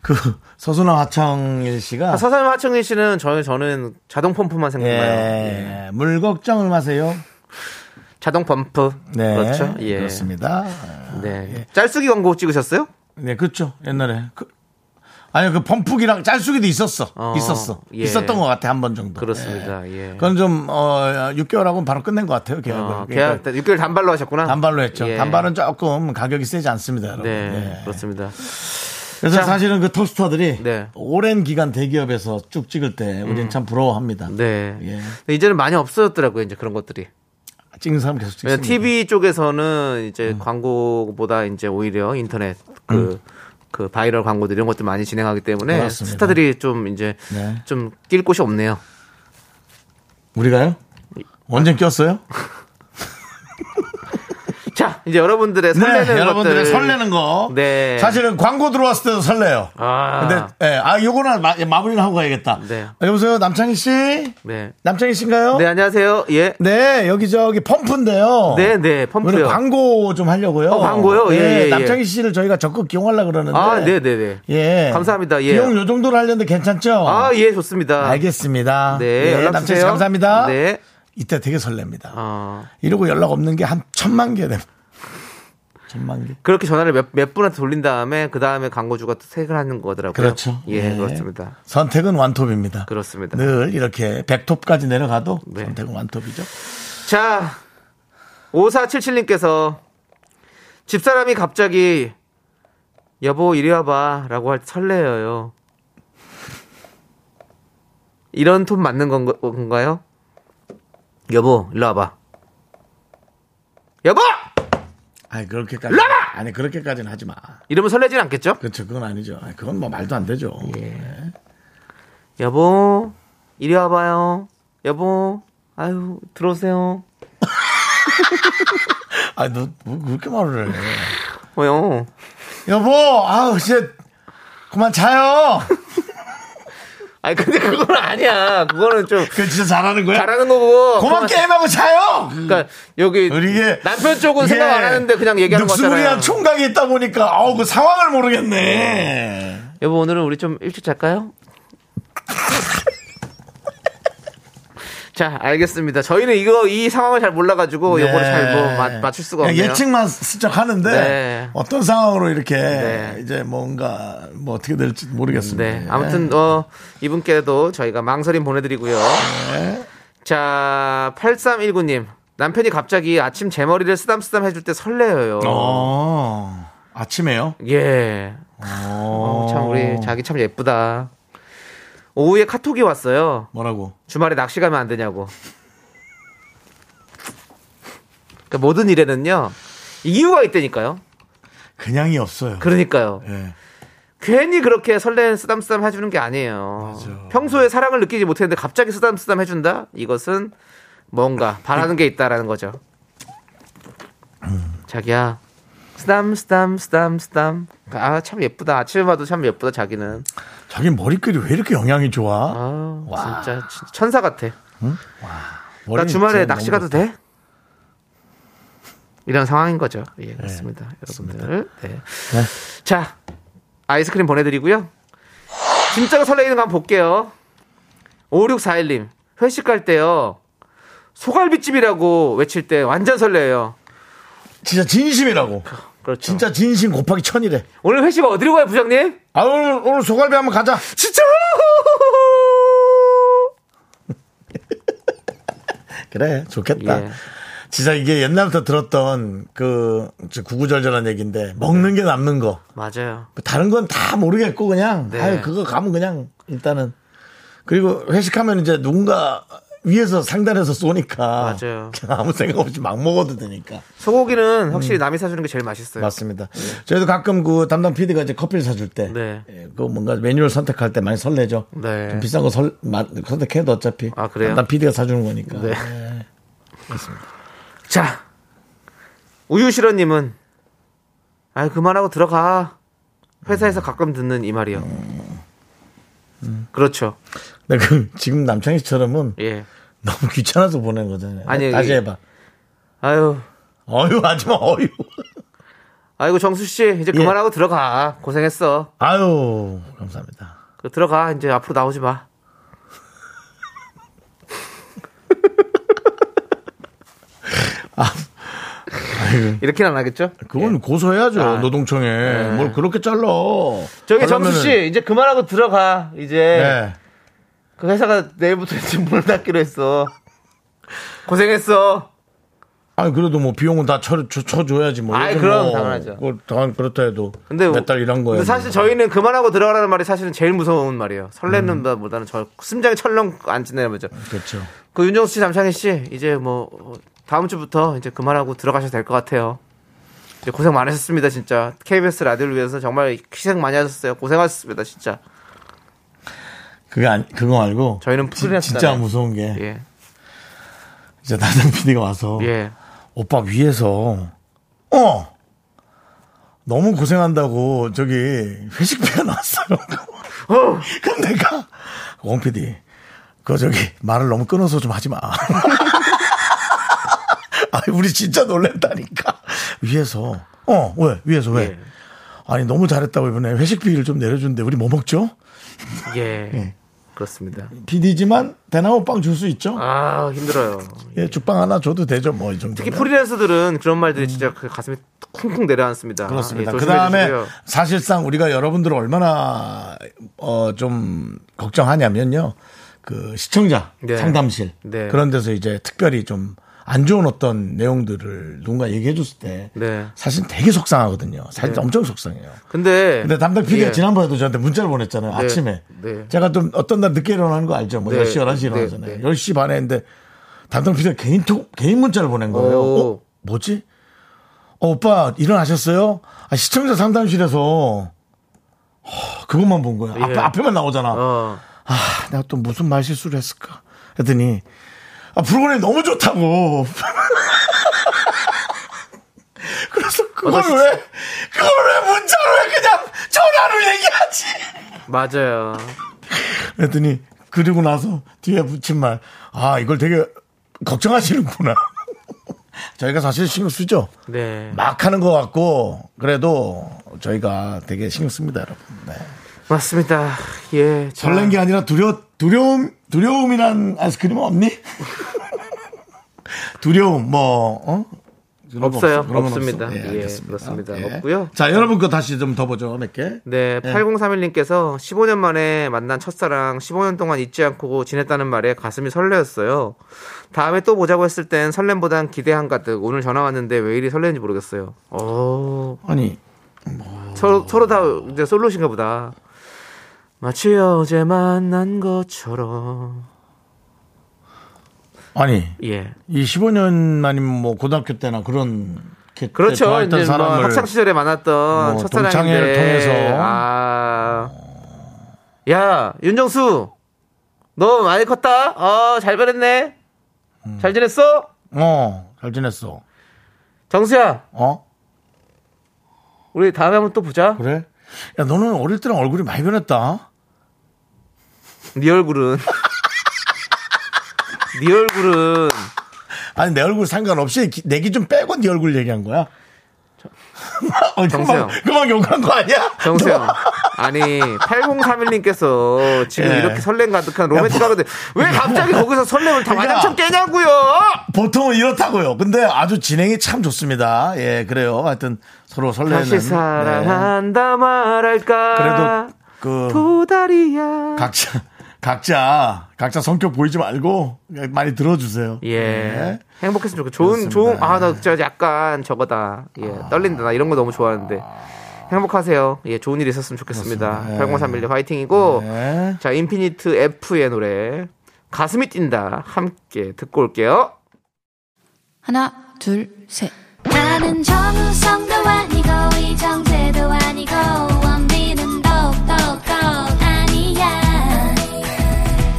Speaker 1: 그 서수남 하창일 씨가
Speaker 2: 아, 서산 하창희 씨는 저는 저는 자동 펌프만 생각나요.
Speaker 1: 예, 물 걱정을 마세요.
Speaker 2: 자동 펌프.
Speaker 1: 네,
Speaker 2: 그렇죠. 예.
Speaker 1: 그렇습니다.
Speaker 2: 아, 네. 짤쓰기 광고 예. 찍으셨어요?
Speaker 1: 네, 그렇죠. 옛날에 그, 아니 그 펌프기랑 짤수기도 있었어.
Speaker 2: 어,
Speaker 1: 있었어.
Speaker 2: 예.
Speaker 1: 있었던 것 같아 한 번 정도.
Speaker 2: 그렇습니다. 예.
Speaker 1: 그건 좀 어, 6개월하고는 바로 끝낸 것 같아요 계약을.
Speaker 2: 어,
Speaker 1: 그러니까
Speaker 2: 계약 6개월 단발로 하셨구나.
Speaker 1: 단발로 했죠.
Speaker 2: 예.
Speaker 1: 단발은 조금 가격이 세지 않습니다. 여러분.
Speaker 2: 네,
Speaker 1: 예.
Speaker 2: 그렇습니다.
Speaker 1: 그래서
Speaker 2: 자.
Speaker 1: 사실은 그 톱스타들이
Speaker 2: 네. 음.
Speaker 1: 오랜 기간 대기업에서 쭉 찍을 때 우리는 참 부러워합니다.
Speaker 2: 네.
Speaker 1: 예.
Speaker 2: 근데 이제는 많이 없어졌더라고요, 이제 그런 것들이.
Speaker 1: 찍는 사람 계속 찍습니다. 음.
Speaker 2: 왜냐면 TV 쪽에서는 이제 광고보다 이제 오히려 인터넷 그, 그 바이럴 광고들 이런 것들 많이 진행하기 때문에
Speaker 1: 그렇습니다.
Speaker 2: 스타들이 좀 이제
Speaker 1: 네.
Speaker 2: 좀 낄 곳이 없네요.
Speaker 1: 우리가요? 언제 꼈어요?
Speaker 2: 자, 이제 여러분들의 설레는
Speaker 1: 네, 여러분들의
Speaker 2: 것들.
Speaker 1: 설레는 거.
Speaker 2: 네.
Speaker 1: 사실은 광고 들어왔을 때도 설레요.
Speaker 2: 아.
Speaker 1: 근데, 예, 아, 요거는 마, 무리는 하고 가야겠다.
Speaker 2: 네.
Speaker 1: 아, 여보세요, 남창희 씨?
Speaker 2: 네.
Speaker 1: 남창희 씨인가요?
Speaker 2: 네, 안녕하세요. 예.
Speaker 1: 네, 여기 저기 펌프인데요.
Speaker 2: 네, 네,
Speaker 1: 오늘
Speaker 2: 펌프요.
Speaker 1: 어. 광고 좀 하려고요.
Speaker 2: 어, 광고요? 예, 예, 예.
Speaker 1: 남창희 씨를 저희가 적극 기용하려고 그러는데.
Speaker 2: 아, 네, 네, 네.
Speaker 1: 예.
Speaker 2: 감사합니다. 예.
Speaker 1: 비용 요 정도로 하려는데 괜찮죠?
Speaker 2: 아, 예, 좋습니다.
Speaker 1: 어. 알겠습니다. 예,
Speaker 2: 네, 연락
Speaker 1: 남창희 씨
Speaker 2: 주세요.
Speaker 1: 감사합니다.
Speaker 2: 네.
Speaker 1: 이때 되게 설렙니다.
Speaker 2: 어,
Speaker 1: 이러고 연락 없는 게 한 천만 개 됩니다. 천만 개.
Speaker 2: 그렇게 전화를 몇, 몇 분한테 돌린 다음에 그 다음에 광고주가 또 택을 하는 거더라고요.
Speaker 1: 그렇죠.
Speaker 2: 예, 그렇습니다.
Speaker 1: 선택은 완톱입니다.
Speaker 2: 그렇습니다.
Speaker 1: 네. 늘 이렇게 백톱까지 내려가도
Speaker 2: 네.
Speaker 1: 선택은 완톱이죠.
Speaker 2: 자, 5477님께서 집사람이 갑자기 여보 이리 와봐 라고 할 때 설레어요. 이런 톤 맞는 건가, 건가요? 여보 일로 와봐. 여보!
Speaker 1: 아니 그렇게까지 아니 그렇게까지는 하지 마.
Speaker 2: 이러면 설레진 않겠죠?
Speaker 1: 그렇죠. 그건 아니죠. 아니, 그건 뭐 말도 안 되죠. 네.
Speaker 2: 여보 이리 와봐요. 여보 아유 들어오세요.
Speaker 1: 아니 너뭐 그렇게 말을 해.
Speaker 2: 어요.
Speaker 1: 여보, 아우 이제 그만 자요.
Speaker 2: 아니 근데 그건 아니야. 그거는 좀
Speaker 1: 그 진짜 잘하는 거야.
Speaker 2: 잘하는 거고.
Speaker 1: 고만 게임하고 자요.
Speaker 2: 그러니까 여기
Speaker 1: 우리 이게
Speaker 2: 남편 쪽은
Speaker 1: 이게
Speaker 2: 생각 안 하는데 그냥 얘기하는 거잖아요.
Speaker 1: 늑수구리한 총각이 있다 보니까 아우 그 상황을 모르겠네.
Speaker 2: 여보 오늘은 우리 좀 일찍 잘까요? 자 알겠습니다. 저희는 이거 이 상황을 잘 몰라가지고 뭐 요거를 잘뭐 맞출 수가
Speaker 1: 네. 그냥
Speaker 2: 없네요.
Speaker 1: 예측만 슬쩍 하는데
Speaker 2: 네.
Speaker 1: 어떤 상황으로 이렇게
Speaker 2: 네.
Speaker 1: 이제 뭔가 뭐 어떻게 될지 모르겠습니다. 예.
Speaker 2: 네 아무튼 어 이분께도 저희가 망설임 보내드리고요. 네. 자 8319님 남편이 갑자기 아침 제 머리를 쓰담쓰담 해줄 때 설레어요.
Speaker 1: 어, 아침에요.
Speaker 2: 예. 어, 참 우리 자기 참 예쁘다. 오후에 카톡이 왔어요.
Speaker 1: 뭐라고?
Speaker 2: 주말에 낚시 가면 안 되냐고. 그러니까 모든 일에는요 이유가 있다니까요.
Speaker 1: 그냥이 없어요.
Speaker 2: 그러니까요.
Speaker 1: 예.
Speaker 2: 괜히 그렇게 설레는 쓰담쓰담 해주는 게 아니에요.
Speaker 1: 맞아.
Speaker 2: 평소에 사랑을 느끼지 못했는데 갑자기 쓰담쓰담 해준다? 이것은 뭔가 바라는 게 있다라는 거죠. 자기야, 쓰담쓰담쓰담쓰담. 아, 참 예쁘다. 아침에 봐도 참 예쁘다, 자기는.
Speaker 1: 자기 머리끌이 왜 이렇게 영향이 좋아?
Speaker 2: 아,
Speaker 1: 와.
Speaker 2: 진짜, 진짜 천사 같아. 나
Speaker 1: 머리는
Speaker 2: 그러니까 주말에
Speaker 1: 진짜
Speaker 2: 낚시
Speaker 1: 너무
Speaker 2: 가도 돼? 이런 상황인 거죠. 예, 그렇습니다. 여러분들. 네. 자, 아이스크림 보내드리고요. 진짜로 설레이는 거 한번 볼게요. 5641님, 회식 갈 때요. 소갈비집이라고 외칠 때 완전 설레요.
Speaker 1: 진짜 진심이라고.
Speaker 2: 그렇죠.
Speaker 1: 진짜 진심 곱하기 천이래.
Speaker 2: 오늘 회식 어디로 가요, 부장님?
Speaker 1: 아 오늘 오늘 소갈비 한번 가자.
Speaker 2: 진짜!
Speaker 1: 그래 좋겠다.
Speaker 2: 예.
Speaker 1: 진짜 이게 옛날부터 들었던 그 구구절절한 얘기인데 먹는 게 남는 거.
Speaker 2: 맞아요.
Speaker 1: 뭐 다른 건 다 모르겠고 그냥
Speaker 2: 네.
Speaker 1: 아유 그거 가면 그냥 일단은 그리고 회식하면 이제 누군가 위에서 상단에서 쏘니까
Speaker 2: 맞아요.
Speaker 1: 그냥 아무 생각 없이 막 먹어도 되니까
Speaker 2: 소고기는 확실히 남이 사주는 게 제일 맛있어요.
Speaker 1: 맞습니다. 저희도 가끔 그 담당 PD가 이제 커피를 사줄 때
Speaker 2: 네.
Speaker 1: 예, 그 뭔가 메뉴를 선택할 때 많이 설레죠.
Speaker 2: 네.
Speaker 1: 좀 비싼 거 설, 마- 선택해도 어차피
Speaker 2: 아, 그래요?
Speaker 1: 담당 PD가 사주는 거니까.
Speaker 2: 네.
Speaker 1: 예.
Speaker 2: 자, 우유실원님은 아 그만하고 들어가 회사에서 가끔 듣는 이 말이요. 그렇죠.
Speaker 1: 근데 그 지금 남창희 씨처럼은
Speaker 2: 예.
Speaker 1: 너무 귀찮아서 보낸 거잖아요.
Speaker 2: 아니,
Speaker 1: 다시
Speaker 2: 이게-
Speaker 1: 해봐.
Speaker 2: 아유,
Speaker 1: 어휴 하지마 어휴.
Speaker 2: 아이고 정수 씨 이제
Speaker 1: 예.
Speaker 2: 그만하고 들어가 고생했어.
Speaker 1: 아유 감사합니다.
Speaker 2: 그 들어가 이제 앞으로 나오지 마.
Speaker 1: 아, 아니,
Speaker 2: 이렇게는 안 하겠죠?
Speaker 1: 그건 고소해야죠
Speaker 2: 아.
Speaker 1: 노동청에 뭘 그렇게 잘라
Speaker 2: 저기
Speaker 1: 잘라면은-
Speaker 2: 정수 씨 예. 이제 그만하고 들어가. 이제
Speaker 1: 네.
Speaker 2: 그 회사가 내일부터 이제 문을 닫기로 했어. 고생했어.
Speaker 1: 아니 그래도 뭐 비용은 다 쳐, 쳐, 쳐줘야지 뭐
Speaker 2: 아이,
Speaker 1: 요즘
Speaker 2: 그럼
Speaker 1: 뭐
Speaker 2: 당연하죠.
Speaker 1: 그걸 당 그렇다 해도
Speaker 2: 근데 뭐
Speaker 1: 몇 달 일한 뭐. 거예요
Speaker 2: 근데 사실 저희는 그만하고 들어가라는 말이 사실은 제일 무서운 말이에요.
Speaker 1: 음.
Speaker 2: 설레는 것보다는 저 심장이 철렁 안 지내면서.
Speaker 1: 그렇죠
Speaker 2: 그 윤정수 씨, 남창희 씨 이제 뭐 어, 다음 주부터 이제 그만하고 들어가셔도 될 것 같아요. 이제 고생 많으셨습니다 진짜. KBS 라디오를 위해서 정말 희생 많이 하셨어요. 고생하셨습니다 진짜.
Speaker 1: 그게 아니 그거 말고
Speaker 2: 저희는
Speaker 1: 지-
Speaker 2: 프리랜서잖아요.
Speaker 1: 진짜 무서운 게
Speaker 2: 예,
Speaker 1: 이제 나상 PD가 와서
Speaker 2: 예.
Speaker 1: 오빠 위에서 어 너무 고생한다고 저기 회식비가 나왔어요.
Speaker 2: 어,
Speaker 1: 그럼 내가 원 PD 그거 저기 말을 너무 끊어서 좀 하지 마. 아니 우리 진짜 놀랬다니까 위에서 어 왜 위에서 왜
Speaker 2: 예.
Speaker 1: 아니 너무 잘했다고 이번에 회식비를 좀 내려준대 우리 뭐 먹죠?
Speaker 2: 예. 그렇습니다.
Speaker 1: PD지만 대나무빵 줄 수 있죠?
Speaker 2: 아 힘들어요.
Speaker 1: 예 죽빵 하나 줘도 되죠 뭐 이 정도.
Speaker 2: 특히 프리랜서들은 그런 말들이 진짜 그 가슴에 쿵쿵 내려앉습니다.
Speaker 1: 음. 그렇습니다.
Speaker 2: 예, 조심해
Speaker 1: 그 다음에
Speaker 2: 주시고요.
Speaker 1: 사실상 우리가 여러분들을 얼마나 어 좀 걱정하냐면요. 그 시청자
Speaker 2: 네.
Speaker 1: 상담실
Speaker 2: 네.
Speaker 1: 그런 데서 이제 특별히 좀 안 좋은 어떤 내용들을 누군가 얘기해 줬을 때
Speaker 2: 네.
Speaker 1: 사실 되게 속상하거든요. 사실 엄청 속상해요.
Speaker 2: 근데
Speaker 1: 근데 담당 PD가
Speaker 2: 예.
Speaker 1: 지난번에도 저한테 문자를 보냈잖아요. 아침에.
Speaker 2: 네.
Speaker 1: 제가 좀 어떤 날 늦게 일어나는 거 알죠? 뭐
Speaker 2: 네.
Speaker 1: 10시, 11시
Speaker 2: 네.
Speaker 1: 일어나잖아요.
Speaker 2: 네.
Speaker 1: 10시 반에 했는데 담당 PD가 개인 톡, 개인 문자를 보낸 거예요.
Speaker 2: 오.
Speaker 1: 어? 뭐지? 어, 오빠 일어나셨어요? 아, 시청자 상담실에서 허, 그것만 본 거야. 앞에,
Speaker 2: 예.
Speaker 1: 앞에만 나오잖아.
Speaker 2: 어,
Speaker 1: 아, 내가 또 무슨 말 실수를 했을까? 했더니, 아, 불고이 너무 좋다고. 그래서 그걸
Speaker 2: 어떠시-
Speaker 1: 왜, 그걸 왜 문자로 왜 그냥 전화로 얘기하지?
Speaker 2: 맞아요.
Speaker 1: 했더니, 그리고 나서 뒤에 붙인 말, 아, 이걸 되게 걱정하시는구나. 저희가 사실 신경 쓰죠.
Speaker 2: 네.
Speaker 1: 막 하는 것 같고, 그래도 저희가 되게 신경 씁니다, 여러분. 네.
Speaker 2: 맞습니다. 예. 자,
Speaker 1: 설렌 게 아니라 두려 두려움 두려움이란 아이스크림은 없니? 두려움 뭐 어? 그런 거
Speaker 2: 없어요.
Speaker 1: 없어. 그런 건
Speaker 2: 없습니다.
Speaker 1: 없어.
Speaker 2: 예,
Speaker 1: 알겠습니다.
Speaker 2: 그렇습니다. 없고요.
Speaker 1: 자 여러분 거 다시 좀 더 보죠 몇 개.
Speaker 2: 네, 8031님께서 15년 만에 만난 첫사랑 15년 동안 잊지 않고 지냈다는 말에 가슴이 설레었어요. 다음에 또 보자고 했을 땐 설렘보단 기대 한가득 오늘 전화 왔는데 왜 이리 설레는지 모르겠어요. 어,
Speaker 1: 아니 어.
Speaker 2: 서로, 서로 다 이제 솔로신가 보다. 마치 어제 만난 것처럼.
Speaker 1: 아니
Speaker 2: 예.
Speaker 1: 이 15년 만이면 뭐 고등학교 때나 그런 이렇게
Speaker 2: 그렇죠.
Speaker 1: 네, 좋아했던
Speaker 2: 이제 뭐
Speaker 1: 사람을
Speaker 2: 학창 시절에 만났던
Speaker 1: 뭐
Speaker 2: 첫사랑인데.
Speaker 1: 동창회를 통해서.
Speaker 2: 아. 야, 윤정수. 너 많이 컸다. 어, 잘 변했네.
Speaker 1: 음.
Speaker 2: 잘 지냈어?
Speaker 1: 어잘 지냈어.
Speaker 2: 정수야.
Speaker 1: 어
Speaker 2: 우리 다음에 한번 또 보자.
Speaker 1: 그래? 야 너는 어릴 때랑 얼굴이 많이 변했다.
Speaker 2: 네 얼굴은. 네 얼굴은
Speaker 1: 아니 내 얼굴 상관없이 기- 내기 좀 빼고 네 얼굴 얘기한 거야. 어,
Speaker 2: 정세영.
Speaker 1: 그만, 그만 욕한 거 아니야?
Speaker 2: 정수야.
Speaker 1: 너-
Speaker 2: 아니 8031님께서 지금
Speaker 1: 예.
Speaker 2: 이렇게 설렘 가득한 로맨틱하거든. 왜 갑자기 거기서 설렘을 다
Speaker 1: 그러니까.
Speaker 2: 와장창 깨냐고요.
Speaker 1: 보통은 이렇다고요. 근데 아주 진행이 참 좋습니다. 예, 그래요. 하여튼 서로 설레는.
Speaker 2: 다시 사랑한다 말할까.
Speaker 1: 네. 그래도 그
Speaker 2: 도다리야.
Speaker 1: 네. 각자 각자 각자 성격 보이지 말고 그냥 많이 들어주세요.
Speaker 2: 예.
Speaker 1: 네.
Speaker 2: 행복했으면 좋겠고.
Speaker 1: 그렇습니다. 네.
Speaker 2: 좋은,
Speaker 1: 아.
Speaker 2: 좋은, 아, 나 진짜 약간 저거다. 예. 떨린다. 나 이런 거 너무 좋아하는데. 행복하세요. 예, 좋은 일 있었으면 좋겠습니다.
Speaker 1: 그렇습니다. 예.
Speaker 2: 8031 화이팅이고.
Speaker 1: 네.
Speaker 2: 자, 인피니트 F의 노래. 가슴이 뛴다. 함께 듣고 올게요.
Speaker 6: 하나, 둘, 셋.
Speaker 4: 나는 정우성도 아니고 이정재도 아니고 원빈은 더욱더 아니야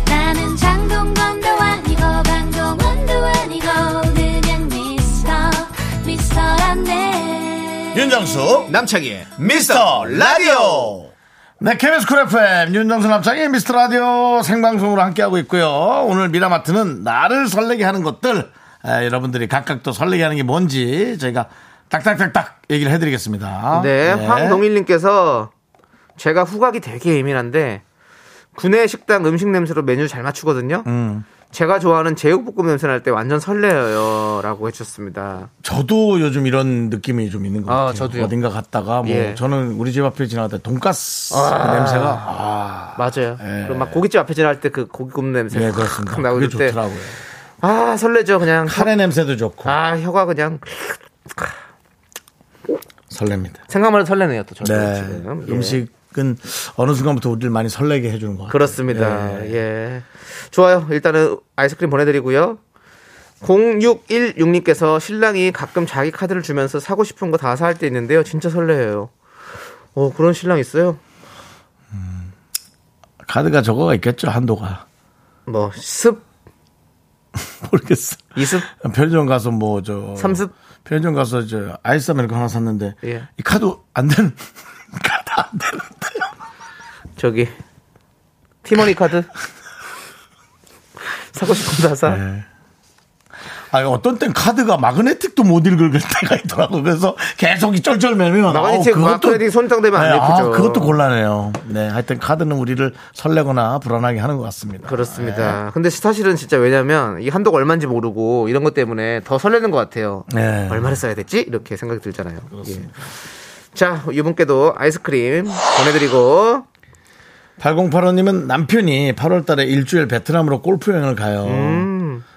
Speaker 4: 나는 장동건도 아니고 강동원도 아니고 그냥 미스터 미스터란데
Speaker 1: 윤정수 남창희 미스터 라디오 네 KBS 쿨 FM 윤정수 남창희 미스터 라디오 생방송으로 함께하고 있고요 오늘 미라마트는 나를 설레게 하는 것들 아, 여러분들이 각각 또 설레게 하는 게 뭔지 저희가 딱딱딱딱 얘기를 해드리겠습니다 예.
Speaker 2: 네, 황동일님께서 제가 후각이 되게 예민한데 군내 식당 음식 냄새로 메뉴 잘 맞추거든요. 제가 좋아하는 제육볶음 냄새 날 때 완전 설레요. 라고 해주셨습니다.
Speaker 1: 저도 요즘 이런 느낌이 좀 있는 것
Speaker 2: 아,
Speaker 1: 같아요.
Speaker 2: 저도요.
Speaker 1: 어딘가 갔다가 뭐
Speaker 2: 예.
Speaker 1: 저는 우리 집 앞에 지나가다 돈가스 그 냄새가 아,
Speaker 2: 맞아요.
Speaker 1: 예.
Speaker 2: 그리고 막 고깃집 앞에 지날 때 그 고기 굽는 냄새.
Speaker 1: 예,
Speaker 2: 탁
Speaker 1: 그렇습니다.
Speaker 2: 나고
Speaker 1: 그게
Speaker 2: 이럴 때.
Speaker 1: 좋더라고요.
Speaker 2: 아, 설레죠. 그냥.
Speaker 1: 카레 냄새도 좋고
Speaker 2: 아, 혀가 그냥.
Speaker 1: 설렙니다.
Speaker 2: 생각만 해도 설레네요. 또 저는
Speaker 1: 네.
Speaker 2: 지금. 예.
Speaker 1: 음식은 어느 순간부터 우리를 많이 설레게 해주는 것 같아요.
Speaker 2: 그렇습니다.
Speaker 1: 예.
Speaker 2: 예. 좋아요. 일단은 아이스크림 보내드리고요. 0616님께서 신랑이 가끔 자기 카드를 주면서 사고 싶은 거 다 살 때 있는데요. 진짜 설레요. 어, 그런 신랑 있어요?
Speaker 1: 카드가 저거가 있겠죠 한도가
Speaker 2: 뭐, 습,
Speaker 1: 모르겠어.
Speaker 2: 이습,
Speaker 1: 편의점 가서 뭐 저
Speaker 2: 삼습?
Speaker 1: 편의점 가서 저 아이스 아메리카 하나 샀는데
Speaker 2: 예.
Speaker 1: 이 카드 안 되는 카드 안 되는데
Speaker 2: 저기, 티머니 카드? 사고 싶은 거 다 사?
Speaker 1: 예. 아니 어떤 땐 카드가 마그네틱도 못 읽을 때가 있더라고 그래서 계속 이 쩔쩔매면
Speaker 2: 마그네틱,
Speaker 1: 아우, 그것도-
Speaker 2: 마그네틱 손상되면 안
Speaker 1: 네, 아,
Speaker 2: 예쁘죠.
Speaker 1: 그것도 곤란해요 네 하여튼 카드는 우리를 설레거나 불안하게 하는 것 같습니다
Speaker 2: 그렇습니다.
Speaker 1: 네.
Speaker 2: 근데 사실은 진짜 왜냐면 이 한도가 얼마인지 모르고 이런 것 때문에 더 설레는 것 같아요.
Speaker 1: 네.
Speaker 2: 얼마를 써야 됐지? 이렇게 생각이 들잖아요. 예. 자, 이분께도 아이스크림 보내드리고
Speaker 1: 8085님은 남편이 8월 달에 일주일 베트남으로 골프 여행을 가요.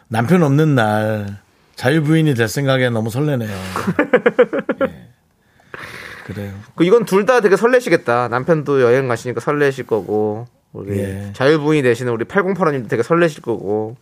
Speaker 1: 남편 없는 날 자유부인이 될 생각에 너무 설레네요. 예. 그래요.
Speaker 2: 그 이건 둘 다 되게 설레시겠다. 남편도 여행 가시니까 설레실 거고 우리
Speaker 1: 예.
Speaker 2: 자유부인이 되시는 우리 8085님도 되게 설레실 거고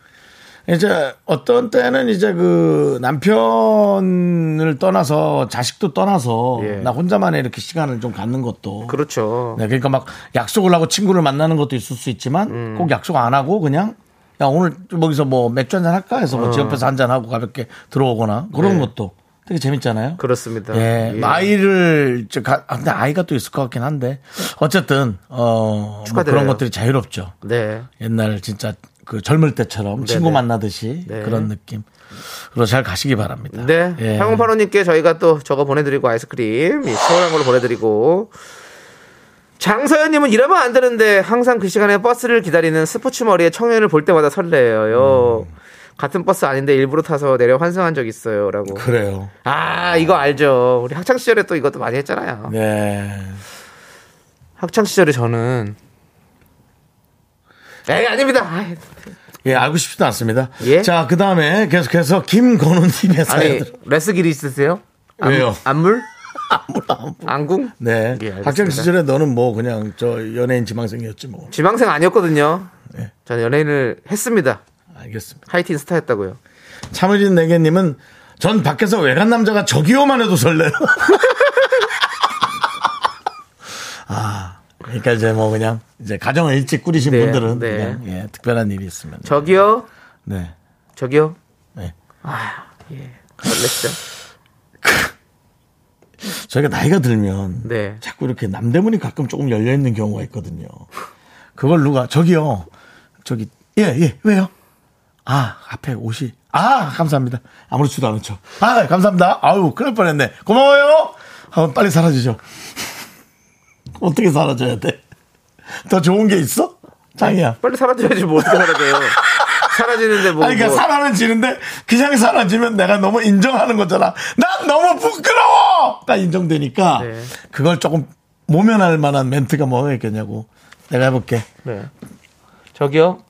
Speaker 1: 이제 어떤 때는 이제 그 남편을 떠나서 자식도 떠나서
Speaker 2: 예.
Speaker 1: 나 혼자만의 이렇게 시간을 좀 갖는 것도
Speaker 2: 그렇죠.
Speaker 1: 네, 그러니까 막 약속을 하고 친구를 만나는 것도 있을 수 있지만
Speaker 2: 음.
Speaker 1: 꼭 약속 안 하고 그냥 야 오늘 좀 여기서 뭐 맥주 한잔 할까 해서
Speaker 2: 어.
Speaker 1: 뭐집 옆에서 한잔 하고 가볍게 들어오거나 그런 것도 되게 재밌잖아요.
Speaker 2: 네. 그렇습니다.
Speaker 1: 예,
Speaker 2: 예.
Speaker 1: 아이를 저 가, 아, 근데 아이가 또 있을 것 같긴 한데 어쨌든 어뭐
Speaker 2: 축하드려요.
Speaker 1: 그런 것들이 자유롭죠.
Speaker 2: 네.
Speaker 1: 옛날 진짜 그 젊을 때처럼 친구 만나듯이
Speaker 2: 네.
Speaker 1: 그런 느낌. 그래서 잘 가시기 바랍니다.
Speaker 2: 네.
Speaker 1: 예.
Speaker 2: 향 8085님께 저희가 또 저거 보내드리고 아이스크림 예, 시원한 걸로 보내드리고 장서연님은 이러면 안 되는데 항상 그 시간에 버스를 기다리는 스포츠 머리의 청년을 볼 때마다 설레요.
Speaker 1: 음.
Speaker 2: 같은 버스 아닌데 일부러 타서 내려 환승한 적 있어요.라고.
Speaker 1: 그래요.
Speaker 2: 아 이거 알죠. 우리 학창 시절에 또 이것도 많이 했잖아요.
Speaker 1: 네.
Speaker 2: 학창 시절에 저는 에이 아닙니다. 아이,
Speaker 1: 예, 알고 싶지도 않습니다.
Speaker 2: 예?
Speaker 1: 자, 그 다음에 계속해서 김건우님의
Speaker 2: 아니
Speaker 1: 사연.
Speaker 2: 레스 길이 있으세요? 안-
Speaker 1: 왜요?
Speaker 2: 안물?
Speaker 1: 아,
Speaker 2: 안궁?
Speaker 1: 네.
Speaker 2: 예, 알겠습니다.
Speaker 1: 학창 시절에 너는 뭐 그냥 저 연예인 지망생이었지 뭐.
Speaker 2: 지망생 아니었거든요.
Speaker 1: 예.
Speaker 2: 저는 연예인을 했습니다.
Speaker 1: 알겠습니다.
Speaker 2: 하이틴 스타였다고요.
Speaker 1: 참으진 내게님은 전 밖에서 외간 남자가 저기요만 해도 설레요. 아, 그러니까 이제 뭐 그냥 이제 가정을 일찍 꾸리신
Speaker 2: 네,
Speaker 1: 분들은
Speaker 2: 네.
Speaker 1: 그냥 예, 특별한 일이 있으면.
Speaker 2: 저기요,
Speaker 1: 네.
Speaker 2: 저기요.
Speaker 1: 네.
Speaker 2: 설레시죠?
Speaker 1: 저희가 나이가 들면
Speaker 2: 네.
Speaker 1: 자꾸 이렇게 남대문이 가끔 조금 열려 있는 경우가 있거든요. 그걸 누가 저기요, 저기 예예 왜요? 아 앞에 옷이 아 감사합니다. 아무렇지도 않죠. 아 감사합니다. 아유 큰일 뻔했네. 고마워요. 하고 빨리 사라지죠. 어떻게 사라져야 돼? 더 좋은 게 있어? 장이야.
Speaker 2: 빨리 사라져야지 뭐 어떻게 사라져요? 사라지는데 뭐,
Speaker 1: 아니, 그러니까
Speaker 2: 뭐
Speaker 1: 사라는 지는데 그냥 사라지면 내가 너무 인정하는 거잖아. 난 너무 부끄러워. 가 인정되니까
Speaker 2: 네.
Speaker 1: 그걸 조금 모면할 만한 멘트가 뭐가 있겠냐고. 내가 해볼게.
Speaker 2: 네. 저기요.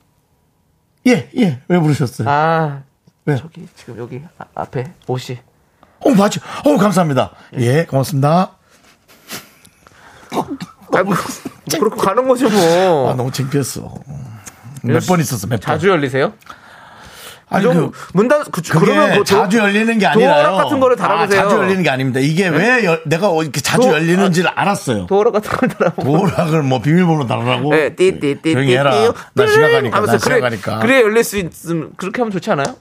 Speaker 1: 예, 예. 왜 부르셨어요?
Speaker 2: 아
Speaker 1: 왜?
Speaker 2: 저기 지금 여기 아- 앞에 옷이
Speaker 1: 어, 맞죠. 어, 감사합니다. 예, 고맙습니다.
Speaker 2: 아, 뭐, 뭐 그렇게 가는 거죠 뭐.
Speaker 1: 아, 너무 창피했어. 몇 번 있었어, 몇 번.
Speaker 2: 자주 열리세요?
Speaker 1: 아니,
Speaker 2: 좀
Speaker 1: 그,
Speaker 2: 문단 그,
Speaker 1: 그게
Speaker 2: 그러면 뭐 도-
Speaker 1: 자주 열리는 게 아니라요.
Speaker 2: 도어락 같은 거를 달아보세요. 네?
Speaker 1: 아, 자주 열리는 게 아닙니다. 이게 왜 열- 내가 어, 이렇게 자주
Speaker 2: 도-
Speaker 1: 열리는지를 알았어요.
Speaker 2: 도어락 같은 걸 달아보고.
Speaker 1: 도락을 뭐 비밀번호 달라고?
Speaker 2: 네, 띠띠띠띠. 네,
Speaker 1: 조용히 해라. 나 지나가니까. 나
Speaker 2: 그래,
Speaker 1: 지나가니까.
Speaker 2: 그래 열릴 수 있음. 그렇게 하면 좋지 않아요?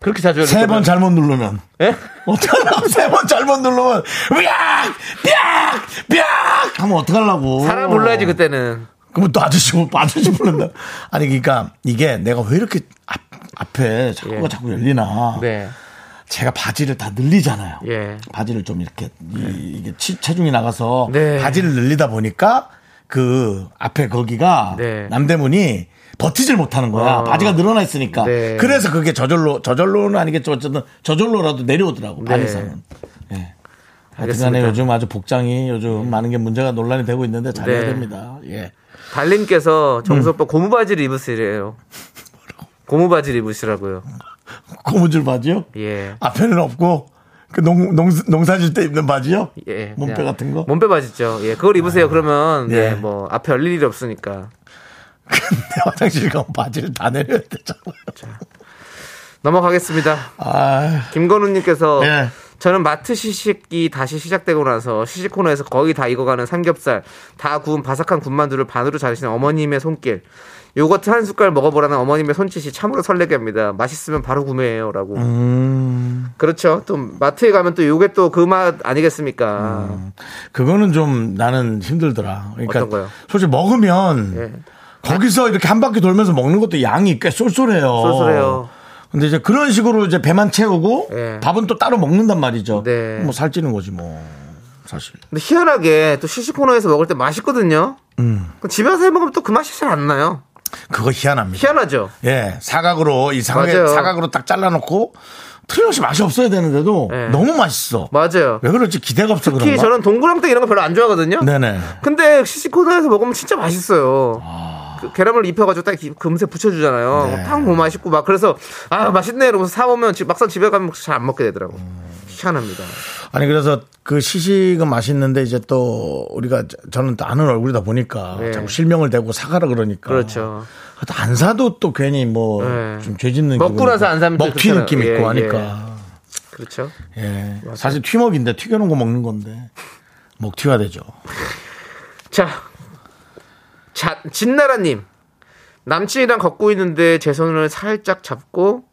Speaker 2: 그렇게 자주 열릴
Speaker 1: 세 번
Speaker 2: 거면.
Speaker 1: 잘못 누르면
Speaker 2: 예?
Speaker 1: 어떡하려고 세번 잘못 누르면 삐약 삐약 삐약 하면 어떡하려고
Speaker 2: 사람 불러야지 그때는.
Speaker 1: 그럼 또 아저씨 불- 아저씨 부른다 아니 그러니까 이게 내가 왜 이렇게 앞, 앞에 자꾸가
Speaker 2: 예.
Speaker 1: 자꾸 열리나
Speaker 2: 네.
Speaker 1: 제가 바지를 다 늘리잖아요
Speaker 2: 예.
Speaker 1: 바지를 좀 이렇게 이, 게 체중이 나가서
Speaker 2: 네.
Speaker 1: 바지를 늘리다 보니까 그 앞에 거기가
Speaker 2: 네.
Speaker 1: 남대문이 버티질 못하는 거야.
Speaker 2: 아.
Speaker 1: 바지가 늘어나 있으니까.
Speaker 2: 네.
Speaker 1: 그래서 그게 저절로 저절로는 아니겠죠. 어쨌든 저절로라도 내려오더라고.
Speaker 2: 네.
Speaker 1: 반 이상은. 예. 하여튼간에
Speaker 2: 알겠습니다.
Speaker 1: 요즘 아주 복장이 요즘 많은 게 문제가 논란이 되고 있는데 잘해야
Speaker 2: 네.
Speaker 1: 됩니다. 예.
Speaker 2: 달님께서 정수
Speaker 1: 음.
Speaker 2: 오빠 고무 바지를 입으시래요. 고무 바지를 입으시라고요.
Speaker 1: 고무줄 바지요?
Speaker 2: 예.
Speaker 1: 앞에는 없고 그 농, 농, 농사질 때 입는 바지요?
Speaker 2: 예.
Speaker 1: 아, 몸빼
Speaker 2: 그냥
Speaker 1: 같은 거?
Speaker 2: 몸빼 바지죠. 예. 그걸 입으세요. 그러면
Speaker 1: 예.
Speaker 2: 네, 뭐 앞에 열릴 일이 없으니까.
Speaker 1: 근데 화장실 가면 바지를 다 내려야 되잖아요.
Speaker 2: 넘어가겠습니다.
Speaker 1: 아,
Speaker 2: 김건우님께서
Speaker 1: 예.
Speaker 2: 저는 마트 시식이 다시 시작되고 나서 시식 코너에서 거의 다 익어가는 삼겹살, 다 구운 바삭한 군만두를 반으로 자르시는 어머님의 손길, 요거트 한 숟갈 먹어보라는 어머님의 손짓이 참으로 설레게 합니다. 맛있으면 바로 구매해요라고.
Speaker 1: 음.
Speaker 2: 그렇죠. 또 마트에 가면 또 요게 또 그 맛 아니겠습니까?
Speaker 1: 음, 그거는 좀 나는 힘들더라. 그러니까
Speaker 2: 어떤 거요?
Speaker 1: 솔직히 먹으면
Speaker 2: 예.
Speaker 1: 거기서 이렇게 한 바퀴 돌면서 먹는 것도 양이 꽤 쏠쏠해요.
Speaker 2: 쏠쏠해요.
Speaker 1: 근데 이제 그런 식으로 이제 배만 채우고
Speaker 2: 예.
Speaker 1: 밥은 또 따로 먹는단 말이죠.
Speaker 2: 네.
Speaker 1: 뭐 살찌는 거지 뭐 사실.
Speaker 2: 근데 희한하게 또 시식 코너에서 먹을 때 맛있거든요.
Speaker 1: 음.
Speaker 2: 그럼 집에서 해 먹으면 또 그 맛이 잘 안 나요.
Speaker 1: 그거 희한합니다.
Speaker 2: 희한하죠.
Speaker 1: 예, 사각으로 이 상에
Speaker 2: 맞아요.
Speaker 1: 사각으로 딱 잘라놓고 틀림없이 맛이 없어야 되는데도
Speaker 2: 예.
Speaker 1: 너무 맛있어.
Speaker 2: 맞아요.
Speaker 1: 왜 그럴지 기대가 없어
Speaker 2: 특히
Speaker 1: 그런가?
Speaker 2: 저는 동그랑땡 이런 거 별로 안 좋아하거든요.
Speaker 1: 네네.
Speaker 2: 근데 시식 코너에서 먹으면 진짜 맛있어요. 그 계란물 입혀가지고 딱 이- 금세 붙여주잖아요.
Speaker 1: 아. 네.
Speaker 2: 탕 너무 맛있고 막 그래서 아 맛있네 이러면서 사오면 집- 막상 집에 가면 잘 안 먹게 되더라고. 희한합니다.
Speaker 1: 음. 아니 그래서 그 시식은 맛있는데 이제 또 우리가 저- 저는 또 아는 얼굴이다 보니까
Speaker 2: 네.
Speaker 1: 자꾸 실명을 대고 사가라 그러니까
Speaker 2: 그렇죠.
Speaker 1: 또안 사도 또 괜히 뭐
Speaker 2: 네.
Speaker 1: 좀 죄짓는
Speaker 2: 먹고
Speaker 1: 기분이고
Speaker 2: 나서 안 사면 또
Speaker 1: 먹튀
Speaker 2: 그렇잖아요.
Speaker 1: 느낌
Speaker 2: 예,
Speaker 1: 있고
Speaker 2: 예.
Speaker 1: 하니까
Speaker 2: 그렇죠.
Speaker 1: 예, 사실 튀먹인데 튀겨놓은 거 먹는 건데 먹튀가 되죠.
Speaker 2: 자, 자 진나라님 남친이랑 걷고 있는데 제 손을 살짝 잡고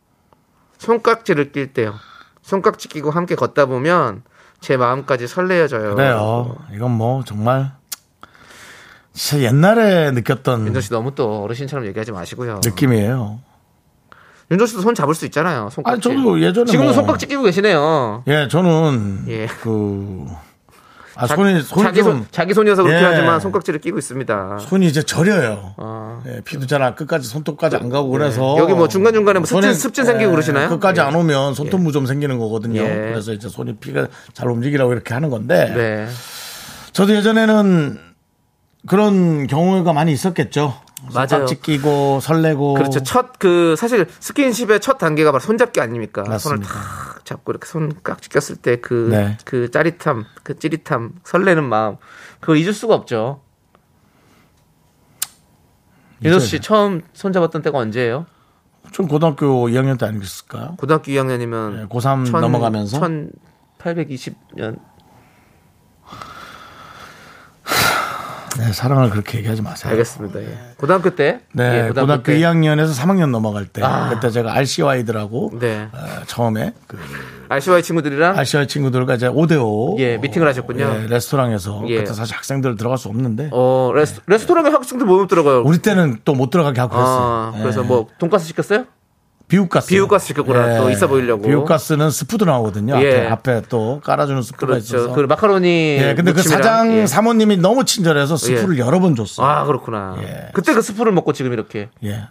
Speaker 2: 손깍지를 낄 때요. 손깍지 끼고 함께 걷다 보면 제 마음까지 설레여져요.
Speaker 1: 그래요. 이건 뭐 정말 진짜 옛날에 느꼈던
Speaker 2: 윤정 씨 너무 또 어르신처럼 얘기하지 마시고요.
Speaker 1: 네, 느낌이에요.
Speaker 2: 윤정 씨도 손 잡을 수 있잖아요. 손깍지.
Speaker 1: 아니 저도 예전에
Speaker 2: 지금도
Speaker 1: 뭐-
Speaker 2: 손깍지 끼고 계시네요.
Speaker 1: 예, 저는
Speaker 2: 예.
Speaker 1: 그 아,
Speaker 2: 자-
Speaker 1: 손이 손이
Speaker 2: 자기
Speaker 1: 좀-
Speaker 2: 손 자기 손이어서 그렇긴
Speaker 1: 예.
Speaker 2: 하지만 손깍지를 끼고 있습니다.
Speaker 1: 손이 이제 저려요.
Speaker 2: 아.
Speaker 1: 예, 피도 잘 안 끝까지 손톱까지 안 가고 그래서
Speaker 2: 여기 뭐 중간중간에 뭐 습진-
Speaker 1: 손에-
Speaker 2: 습진 생기고 그러시나요?
Speaker 1: 끝까지
Speaker 2: 예.
Speaker 1: 안 오면 손톱 무좀 생기는 거거든요.
Speaker 2: 예.
Speaker 1: 그래서 이제 손이 피가 잘 움직이라고 이렇게 하는 건데
Speaker 2: 네.
Speaker 1: 저도 예전에는 그런 경우가 많이 있었겠죠.
Speaker 2: 맞아요.
Speaker 1: 손깍지 끼고 설레고
Speaker 2: 그렇죠. 첫 그 사실 스킨십의 첫 단계가 바로 손잡기 아닙니까?
Speaker 1: 맞습니다.
Speaker 2: 손을 탁 잡고 이렇게 손깍지 꼈을 때 그 그
Speaker 1: 네.
Speaker 2: 짜릿함, 그 찌릿함, 설레는 마음 그거 잊을 수가 없죠. 윤호 씨 처음 손 잡았던 때가 언제예요?
Speaker 1: 좀 고등학교 2학년 때 아니겠을까요?
Speaker 2: 네, 고등학교 2학년이면
Speaker 1: 예, 고3 넘어가면서
Speaker 2: 1820년
Speaker 1: 네, 사랑을 그렇게 얘기하지 마세요.
Speaker 2: 알겠습니다. 예. 고등학교 때?
Speaker 1: 네,
Speaker 2: 예,
Speaker 1: 고등학교,
Speaker 2: 때.
Speaker 1: 2학년에서 3학년 넘어갈 때
Speaker 2: 아.
Speaker 1: 그때 제가 RCY들하고
Speaker 2: 네.
Speaker 1: 처음에 그
Speaker 2: RCY 친구들이랑
Speaker 1: 아시아 친구들과 이제 5대5
Speaker 2: 예, 미팅을 하셨군요.
Speaker 1: 레스토랑에서
Speaker 2: 예.
Speaker 1: 그때 사실 학생들 들어갈 수 없는데
Speaker 2: 어 레스, 레스토랑에 학생들 모임 들어가요.
Speaker 1: 우리 때는 또 못 들어가게 하고 그랬어요.
Speaker 2: 아,
Speaker 1: 예.
Speaker 2: 그래서 뭐 돈가스 시켰어요?
Speaker 1: 비우가스 예.
Speaker 2: 비우가스 시켰구나. 또 있어 보이려고.
Speaker 1: 비우가스는 스프도 나오거든요.
Speaker 2: 예.
Speaker 1: 앞에, 앞에 또 깔아주는 스프가
Speaker 2: 그렇죠.
Speaker 1: 있어서.
Speaker 2: 그 마카로니.
Speaker 1: 예, 근데 그
Speaker 2: 무침이랑,
Speaker 1: 사장
Speaker 2: 예.
Speaker 1: 사모님이 너무 친절해서 스프를 여러 번 줬어. 요
Speaker 2: 아 그렇구나.
Speaker 1: 예.
Speaker 2: 그때 그 스프를 먹고 지금 이렇게
Speaker 1: 예.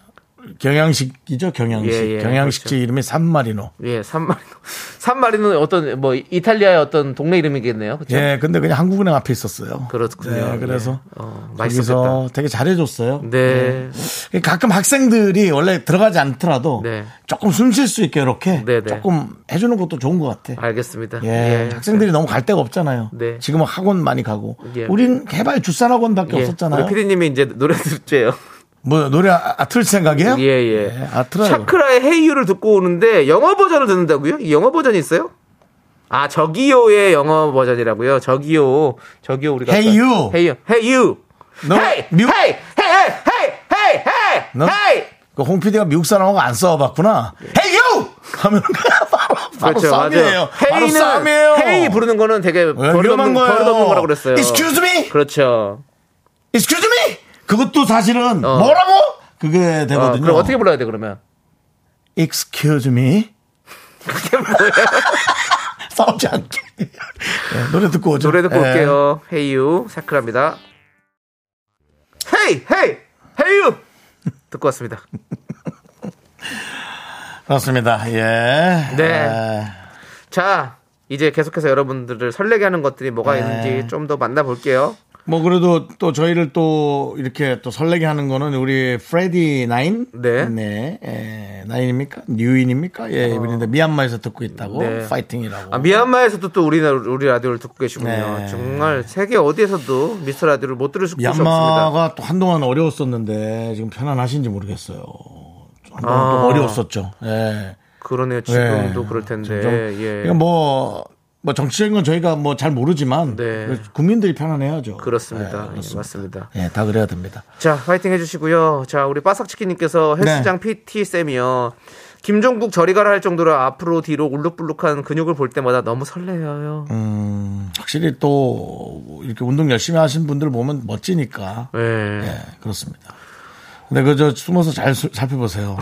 Speaker 1: 경양식이죠, 경양식.
Speaker 2: 예, 예,
Speaker 1: 경양식집
Speaker 2: 그렇죠.
Speaker 1: 이름이 산마리노.
Speaker 2: 예 산마리노 산마리노 어떤 뭐 이탈리아의 어떤 동네 이름이겠네요. 그렇죠.
Speaker 1: 예, 근데 그냥 한국은행 앞에 있었어요.
Speaker 2: 그렇군요.
Speaker 1: 예, 그래서
Speaker 2: 예. 어,
Speaker 1: 거기서
Speaker 2: 맛있었겠다.
Speaker 1: 되게 잘해줬어요. 예.
Speaker 2: 네.
Speaker 1: 가끔 학생들이 원래 들어가지 않더라도
Speaker 2: 네.
Speaker 1: 조금 숨 쉴 수 있게 이렇게
Speaker 2: 네, 네.
Speaker 1: 조금 해주는 것도 좋은 것 같아.
Speaker 2: 알겠습니다.
Speaker 1: 예, 학생들이 너무 갈 데가 없잖아요.
Speaker 2: 네.
Speaker 1: 지금은 학원 많이 가고
Speaker 2: 예.
Speaker 1: 우린 해봐야 줄산 학원밖에
Speaker 2: 예.
Speaker 1: 없었잖아요.
Speaker 2: 우리 피디님이 이제 노래 듣죠요.
Speaker 1: 뭐 노래 아, 아, 틀 생각이에요?
Speaker 2: 예, 예.
Speaker 1: 아 틀어요.
Speaker 2: 샤크라의 헤이유를 듣고 오는데 영어 버전을 듣는다고요? 이 영어 버전이 있어요? 아 저기요의 영어 버전이라고요. 저기요, 저기요 우리가
Speaker 1: Hey
Speaker 2: 아까-
Speaker 1: you.
Speaker 2: 헤이유, 헤이유,
Speaker 1: 너
Speaker 2: 헤이,
Speaker 1: 미국-
Speaker 2: 헤이, 헤이, 헤이, 헤이, 헤이,
Speaker 1: 너-
Speaker 2: 헤이.
Speaker 1: 그홍 PD가 미국 사람하고 안 싸워봤구나.
Speaker 2: 예.
Speaker 1: 헤이 유 하면 바로 바로
Speaker 2: 그렇죠.
Speaker 1: 싸움이에요. 바로 싸움이에요. 어,
Speaker 2: 헤이 부르는 거는 되게
Speaker 1: 위험한
Speaker 2: 버릇없는
Speaker 1: 거예요.
Speaker 2: 버릇없는 거라고 그랬어요.
Speaker 1: Excuse me.
Speaker 2: 그렇죠.
Speaker 1: Excuse me. 그것도 사실은
Speaker 2: 어.
Speaker 1: 뭐라고? 그게
Speaker 2: 어,
Speaker 1: 되거든요.
Speaker 2: 그럼 어떻게 불러야 돼 그러면?
Speaker 1: Excuse me. 싸우지 않게. 예, 노래 듣고 오죠.
Speaker 2: 노래 듣고
Speaker 1: 예.
Speaker 2: 올게요. 헤이유 샤크라입니다. 헤이 헤이 헤이유 듣고 왔습니다.
Speaker 1: 그렇습니다. 예.
Speaker 2: 네.
Speaker 1: 에,
Speaker 2: 자, 이제 계속해서 여러분들을 설레게 하는 것들이 뭐가
Speaker 1: 네.
Speaker 2: 있는지 좀 더 만나볼게요.
Speaker 1: 뭐 그래도 또 저희를 또 이렇게 또 설레게 하는 거는 우리 프레디 나인
Speaker 2: 네.
Speaker 1: 예, 나인입니까 뉴인입니까 예 이분인데 미얀마에서 듣고 있다고
Speaker 2: 어. 네.
Speaker 1: 파이팅이라고
Speaker 2: 아, 미얀마에서도 또 우리, 우리 라디오를 듣고 계시군요.
Speaker 1: 네.
Speaker 2: 정말 세계 어디에서도 미스터 라디오를 못 들으실 곳이 없습니다.
Speaker 1: 미얀마가 또 한동안 어려웠었는데 지금 편안하신지 모르겠어요 한동안
Speaker 2: 아.
Speaker 1: 또 어려웠었죠 예
Speaker 2: 그러네요. 지금도
Speaker 1: 예.
Speaker 2: 그럴 텐데.
Speaker 1: 좀
Speaker 2: 예.
Speaker 1: 그러니까 뭐, 뭐 정치적인 건 저희가 뭐 잘 모르지만
Speaker 2: 네.
Speaker 1: 국민들이 편안해야죠.
Speaker 2: 그렇습니다.
Speaker 1: 예,
Speaker 2: 예, 맞습니다.
Speaker 1: 예, 다 그래야 됩니다.
Speaker 2: 자, 파이팅 해주시고요. 자, 우리 바삭치킨님께서 헬스장
Speaker 1: 네.
Speaker 2: PT쌤이요. 김종국 저리 가라 할 정도로 앞으로 뒤로 울룩불룩한 근육을 볼 때마다 너무 설레요.
Speaker 1: 음, 확실히 또 이렇게 운동 열심히 하신 분들 보면 멋지니까.
Speaker 2: 예.
Speaker 1: 예, 그렇습니다. 근데 그저 숨어서 잘 수- 살펴보세요.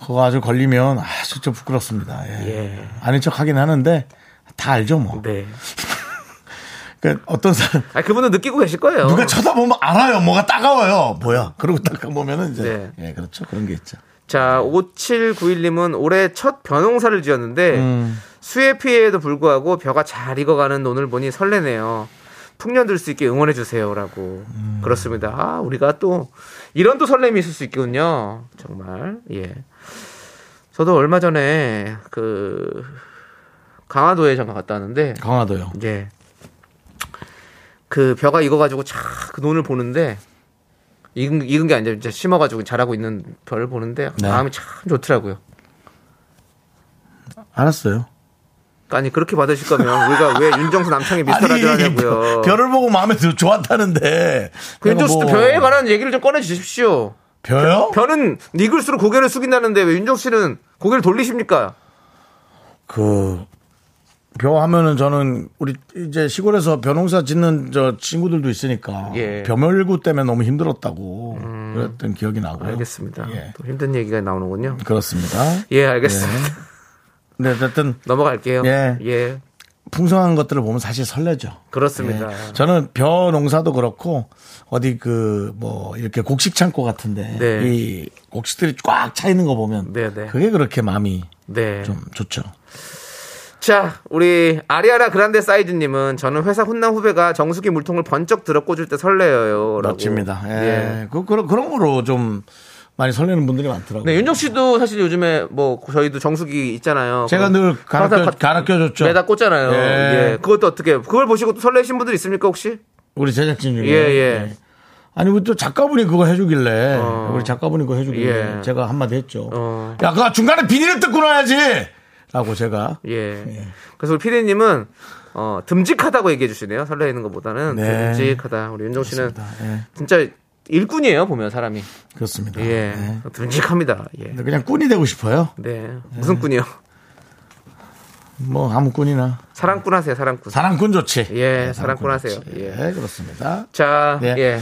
Speaker 1: 그거 아주 걸리면 아, 진짜 부끄럽습니다. 예.
Speaker 2: 예.
Speaker 1: 아닌 척 하긴 하는데 다 알죠 뭐.
Speaker 2: 네.
Speaker 1: 그러니까 어떤 사람
Speaker 2: 아, 그분은 느끼고 계실 거예요.
Speaker 1: 누가 쳐다보면 알아요. 뭐가 따가워요. 뭐야. 그러고 따가보면은 이제
Speaker 2: 네.
Speaker 1: 예, 그렇죠. 그런 게 있죠.
Speaker 2: 자, 5791님은 올해 첫 벼농사를 지었는데 수해 피해에도 불구하고 벼가 잘 익어가는 논을 보니 설레네요. 풍년 들 수 있게 응원해 주세요라고 그렇습니다. 아, 우리가 또 이런 또 설렘이 있을 수 있군요. 정말 예. 저도 얼마 전에 그 강화도에 잠깐 갔다 왔는데
Speaker 1: 강화도요.
Speaker 2: 이제 예. 그 벼가 익어가지고 차그 논을 보는데 익은, 익은 게 아니라 이제 심어가지고 자라고 있는 벼를 보는데
Speaker 1: 네.
Speaker 2: 마음이 참 좋더라고요.
Speaker 1: 알았어요.
Speaker 2: 아니 그렇게 받으실 거면 우리가 왜 윤정수 남창의 미스터라디오
Speaker 1: 아니
Speaker 2: 하냐고요. 그
Speaker 1: 별을 보고 마음에 들 좋았다는데.
Speaker 2: 윤정수
Speaker 1: 내가 뭐-
Speaker 2: 씨 벼에 관한 얘기를 좀 꺼내 주십시오.
Speaker 1: 벼요?
Speaker 2: 벼는 익을수록 고개를 숙인다는데 왜 윤정수 씨는 고개를 돌리십니까?
Speaker 1: 그. 벼 하면은 저는 우리 이제 시골에서 벼농사 짓는 저 친구들도 있으니까
Speaker 2: 예. 음.
Speaker 1: 벼멸구 때문에 너무 힘들었다고 그랬던 기억이 나고요.
Speaker 2: 알겠습니다.
Speaker 1: 예.
Speaker 2: 또 힘든 얘기가 나오는군요.
Speaker 1: 그렇습니다.
Speaker 2: 예, 알겠습니다.
Speaker 1: 근데 어쨌든
Speaker 2: 넘어갈게요.
Speaker 1: 예.
Speaker 2: 예,
Speaker 1: 풍성한 것들을 보면 사실 설레죠.
Speaker 2: 그렇습니다.
Speaker 1: 예. 저는 벼 농사도 그렇고 어디 그 뭐 이렇게 곡식 창고 같은데
Speaker 2: 네.
Speaker 1: 이 곡식들이 꽉 차 있는 거 보면
Speaker 2: 네, 네.
Speaker 1: 그게 그렇게 마음이
Speaker 2: 네.
Speaker 1: 좀 좋죠.
Speaker 2: 자, 우리 아리아라 그란데 사이즈님은 저는 회사 훈남 후배가 정수기 물통을 번쩍 들어 꽂을 때 설레요. 라고.
Speaker 1: 멋집니다. 예.
Speaker 2: 예.
Speaker 1: 그, 그런, 그런 거로 좀 많이 설레는 분들이 많더라고요.
Speaker 2: 네, 윤정 씨도 사실 요즘에 뭐 저희도 정수기 있잖아요.
Speaker 1: 제가
Speaker 2: 그거
Speaker 1: 늘 갈아
Speaker 2: 항상
Speaker 1: 껴-
Speaker 2: 가-
Speaker 1: 갈아 껴줬죠.
Speaker 2: 매다 꽂잖아요.
Speaker 1: 예.
Speaker 2: 예. 그것도 어떻게 그걸 보시고 또 설레신 분들 있습니까 혹시?
Speaker 1: 우리 제작진 중에.
Speaker 2: 예, 예.
Speaker 1: 아니, 우리 또 작가분이 그거 해주길래,
Speaker 2: 어.
Speaker 1: 우리 작가분이 그거 해주길래
Speaker 2: 예.
Speaker 1: 제가 한마디 했죠.
Speaker 2: 어.
Speaker 1: 야, 그거 중간에 비닐을 뜯고 나야지! 라고 제가.
Speaker 2: 예. 그래서 우리 피디님은 어, 듬직하다고 얘기해 주시네요. 설레는 것보다는
Speaker 1: 네.
Speaker 2: 듬직하다. 우리 윤정 씨는
Speaker 1: 그렇습니다. 예.
Speaker 2: 진짜 일꾼이에요 보면 사람이.
Speaker 1: 그렇습니다.
Speaker 2: 예.
Speaker 1: 예.
Speaker 2: 듬직합니다. 예.
Speaker 1: 근데 그냥 꾼이 되고 싶어요.
Speaker 2: 네. 무슨 꾼이요?
Speaker 1: 뭐, 아무 꾼이나.
Speaker 2: 사랑꾼 하세요. 사랑꾼.
Speaker 1: 사랑꾼 좋지.
Speaker 2: 예,
Speaker 1: 네,
Speaker 2: 사랑꾼 하세요.
Speaker 1: 좋지.
Speaker 2: 예.
Speaker 1: 예, 그렇습니다.
Speaker 2: 자,
Speaker 1: 네.
Speaker 2: 예.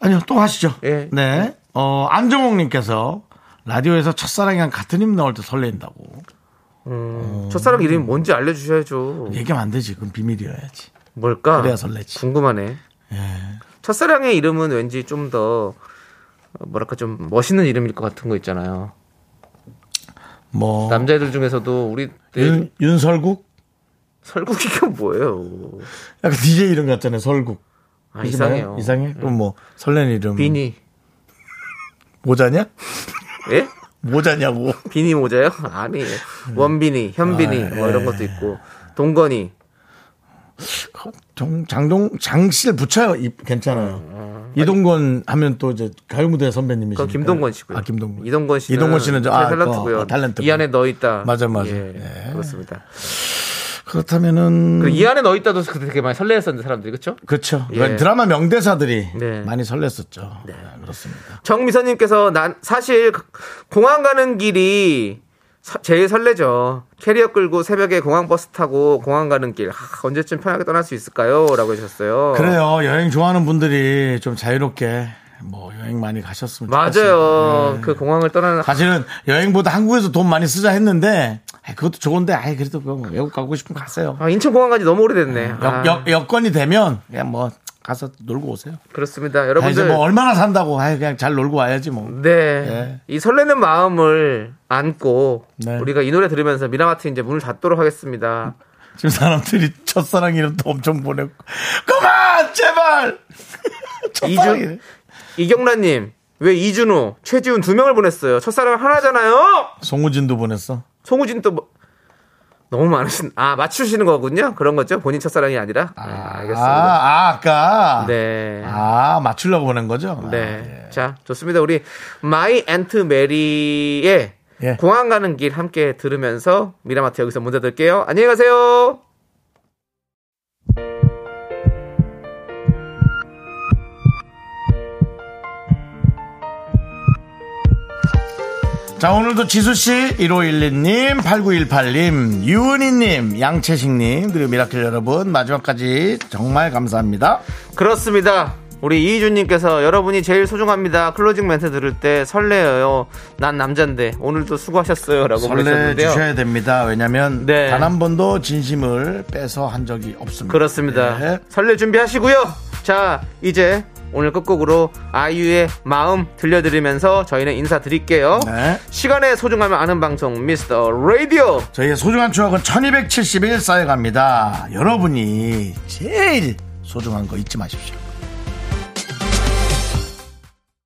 Speaker 1: 아니요, 또 하시죠.
Speaker 2: 예.
Speaker 1: 네. 어, 안정홍님께서 라디오에서 첫사랑이랑 같은 임 나올 때 설레인다고. 어.
Speaker 2: 첫사랑 이름이 뭔지 알려주셔야죠.
Speaker 1: 얘기하면 안 되지. 그럼 비밀이어야지.
Speaker 2: 뭘까?
Speaker 1: 예. 그래야 설레지. 예.
Speaker 2: 궁금하네. 첫사랑의 이름은 왠지 좀 더 뭐랄까 좀 멋있는 이름일 것 같은 거 있잖아요.
Speaker 1: 뭐.
Speaker 2: 남자애들 중에서도 우리 때
Speaker 1: 윤, 윤설국?
Speaker 2: 설국이가 뭐예요?
Speaker 1: 약간 DJ 이름 같잖아요, 설국.
Speaker 2: 아, 이상해요. 음.
Speaker 1: 이상해? 그럼 뭐, 설레는 이름.
Speaker 2: 비니.
Speaker 1: 모자냐? 음.
Speaker 2: 예?
Speaker 1: 모자냐고.
Speaker 2: 비니 모자요? 아니 원비니, 현비니
Speaker 1: 음. 아,
Speaker 2: 뭐 이런 것도 있고 동건이.
Speaker 1: 어, 정, 장동, 장실 붙여요. 이- 괜찮아요. 이동건 하면 또 이제 가요무대 선배님이시니까.
Speaker 2: 음. 그건 김동건 씨고요.
Speaker 1: 아, 김동건.
Speaker 2: 이동건 씨는
Speaker 1: 이동건 씨는 저, 아,
Speaker 2: 탤런트고요.
Speaker 1: 그, 아, 탤런트.
Speaker 2: 이 안에 너 있다.
Speaker 1: 맞아, 맞아.
Speaker 2: 예,
Speaker 1: 예.
Speaker 2: 그렇습니다.
Speaker 1: 그렇다면은.
Speaker 2: 그리고 이 안에 너 있다도 그때 되게 많이 설레했었는데 사람들이 그렇죠?
Speaker 1: 그렇죠.
Speaker 2: 예.
Speaker 1: 드라마 명대사들이
Speaker 2: 네.
Speaker 1: 많이 설렜었죠. 네, 그렇습니다.
Speaker 2: 정미선님께서 난 사실 공항 가는 길이 서- 제일 설레죠. 캐리어 끌고 새벽에 공항 버스 타고 공항 가는 길 아, 언제쯤 편하게 떠날 수 있을까요?라고 해주셨어요.
Speaker 1: 그래요. 여행 좋아하는 분들이 좀 자유롭게 뭐 여행 많이 가셨으면 좋겠습니다.
Speaker 2: 맞아요. 그 공항을 떠나는
Speaker 1: 사실은 여행보다 한국에서 돈 많이 쓰자 했는데 아이, 그것도 좋은데 아이 그래도 그거 뭐 외국 가고 싶으면 가세요.
Speaker 2: 아, 인천 공항까지 너무 오래됐네.
Speaker 1: 여,
Speaker 2: 아,
Speaker 1: 여, 여건이 되면 그냥 뭐 가서 놀고 오세요.
Speaker 2: 그렇습니다.
Speaker 1: 아, 이제
Speaker 2: 여러분들.
Speaker 1: 뭐 얼마나 산다고 아 그냥 잘 놀고 와야지 뭐.
Speaker 2: 네. 이 설레는 마음을 안고
Speaker 1: 네.
Speaker 2: 우리가 이 노래 들으면서 미라마트 이제 문을 닫도록 하겠습니다.
Speaker 1: 지금 사람들이 첫사랑 이름도 엄청 보내고 그만 제발 첫사랑
Speaker 2: 이주
Speaker 1: 이름
Speaker 2: 이경란님 왜 이준호, 최지훈 두 명을 보냈어요. 첫사랑 하나잖아요.
Speaker 1: 송우진도 보냈어
Speaker 2: 송우진 또 뭐- 너무 많으신 아 맞추시는 거군요. 그런 거죠. 본인 첫사랑이 아니라. 네, 알겠습니다.
Speaker 1: 아, 아 아까
Speaker 2: 네.
Speaker 1: 아 맞추려고 보낸 거죠 아,
Speaker 2: 네. 자, 좋습니다. 우리 마이 앤트 메리의
Speaker 1: 예.
Speaker 2: 공항 가는 길 함께 들으면서 미라마트 여기서 문제 들게요. 안녕히 가세요.
Speaker 1: 자 오늘도 지수씨 1512님 8918님 유은희님 양채식님 그리고 미라클 여러분 마지막까지 정말 감사합니다
Speaker 2: 그렇습니다. 우리 이희준님께서 여러분이 제일 소중합니다. 클로징 멘트 들을 때 설레요. 난 남잔데 오늘도 수고하셨어요라고
Speaker 1: 설레
Speaker 2: 보내셨는데요.
Speaker 1: 주셔야 됩니다 왜냐면
Speaker 2: 네.
Speaker 1: 단 한 번도 진심을 빼서 한 적이 없습니다
Speaker 2: 그렇습니다.
Speaker 1: 네.
Speaker 2: 설레 준비하시고요. 자, 이제 오늘 끝곡으로 아이유의 마음 들려드리면서 저희는 인사드릴게요.
Speaker 1: 네.
Speaker 2: 시간의 소중함을 아는 방송 미스터 라디오.
Speaker 1: 저희의 소중한 추억은 1271 쌓여갑니다. 여러분이 제일 소중한 거 잊지 마십시오.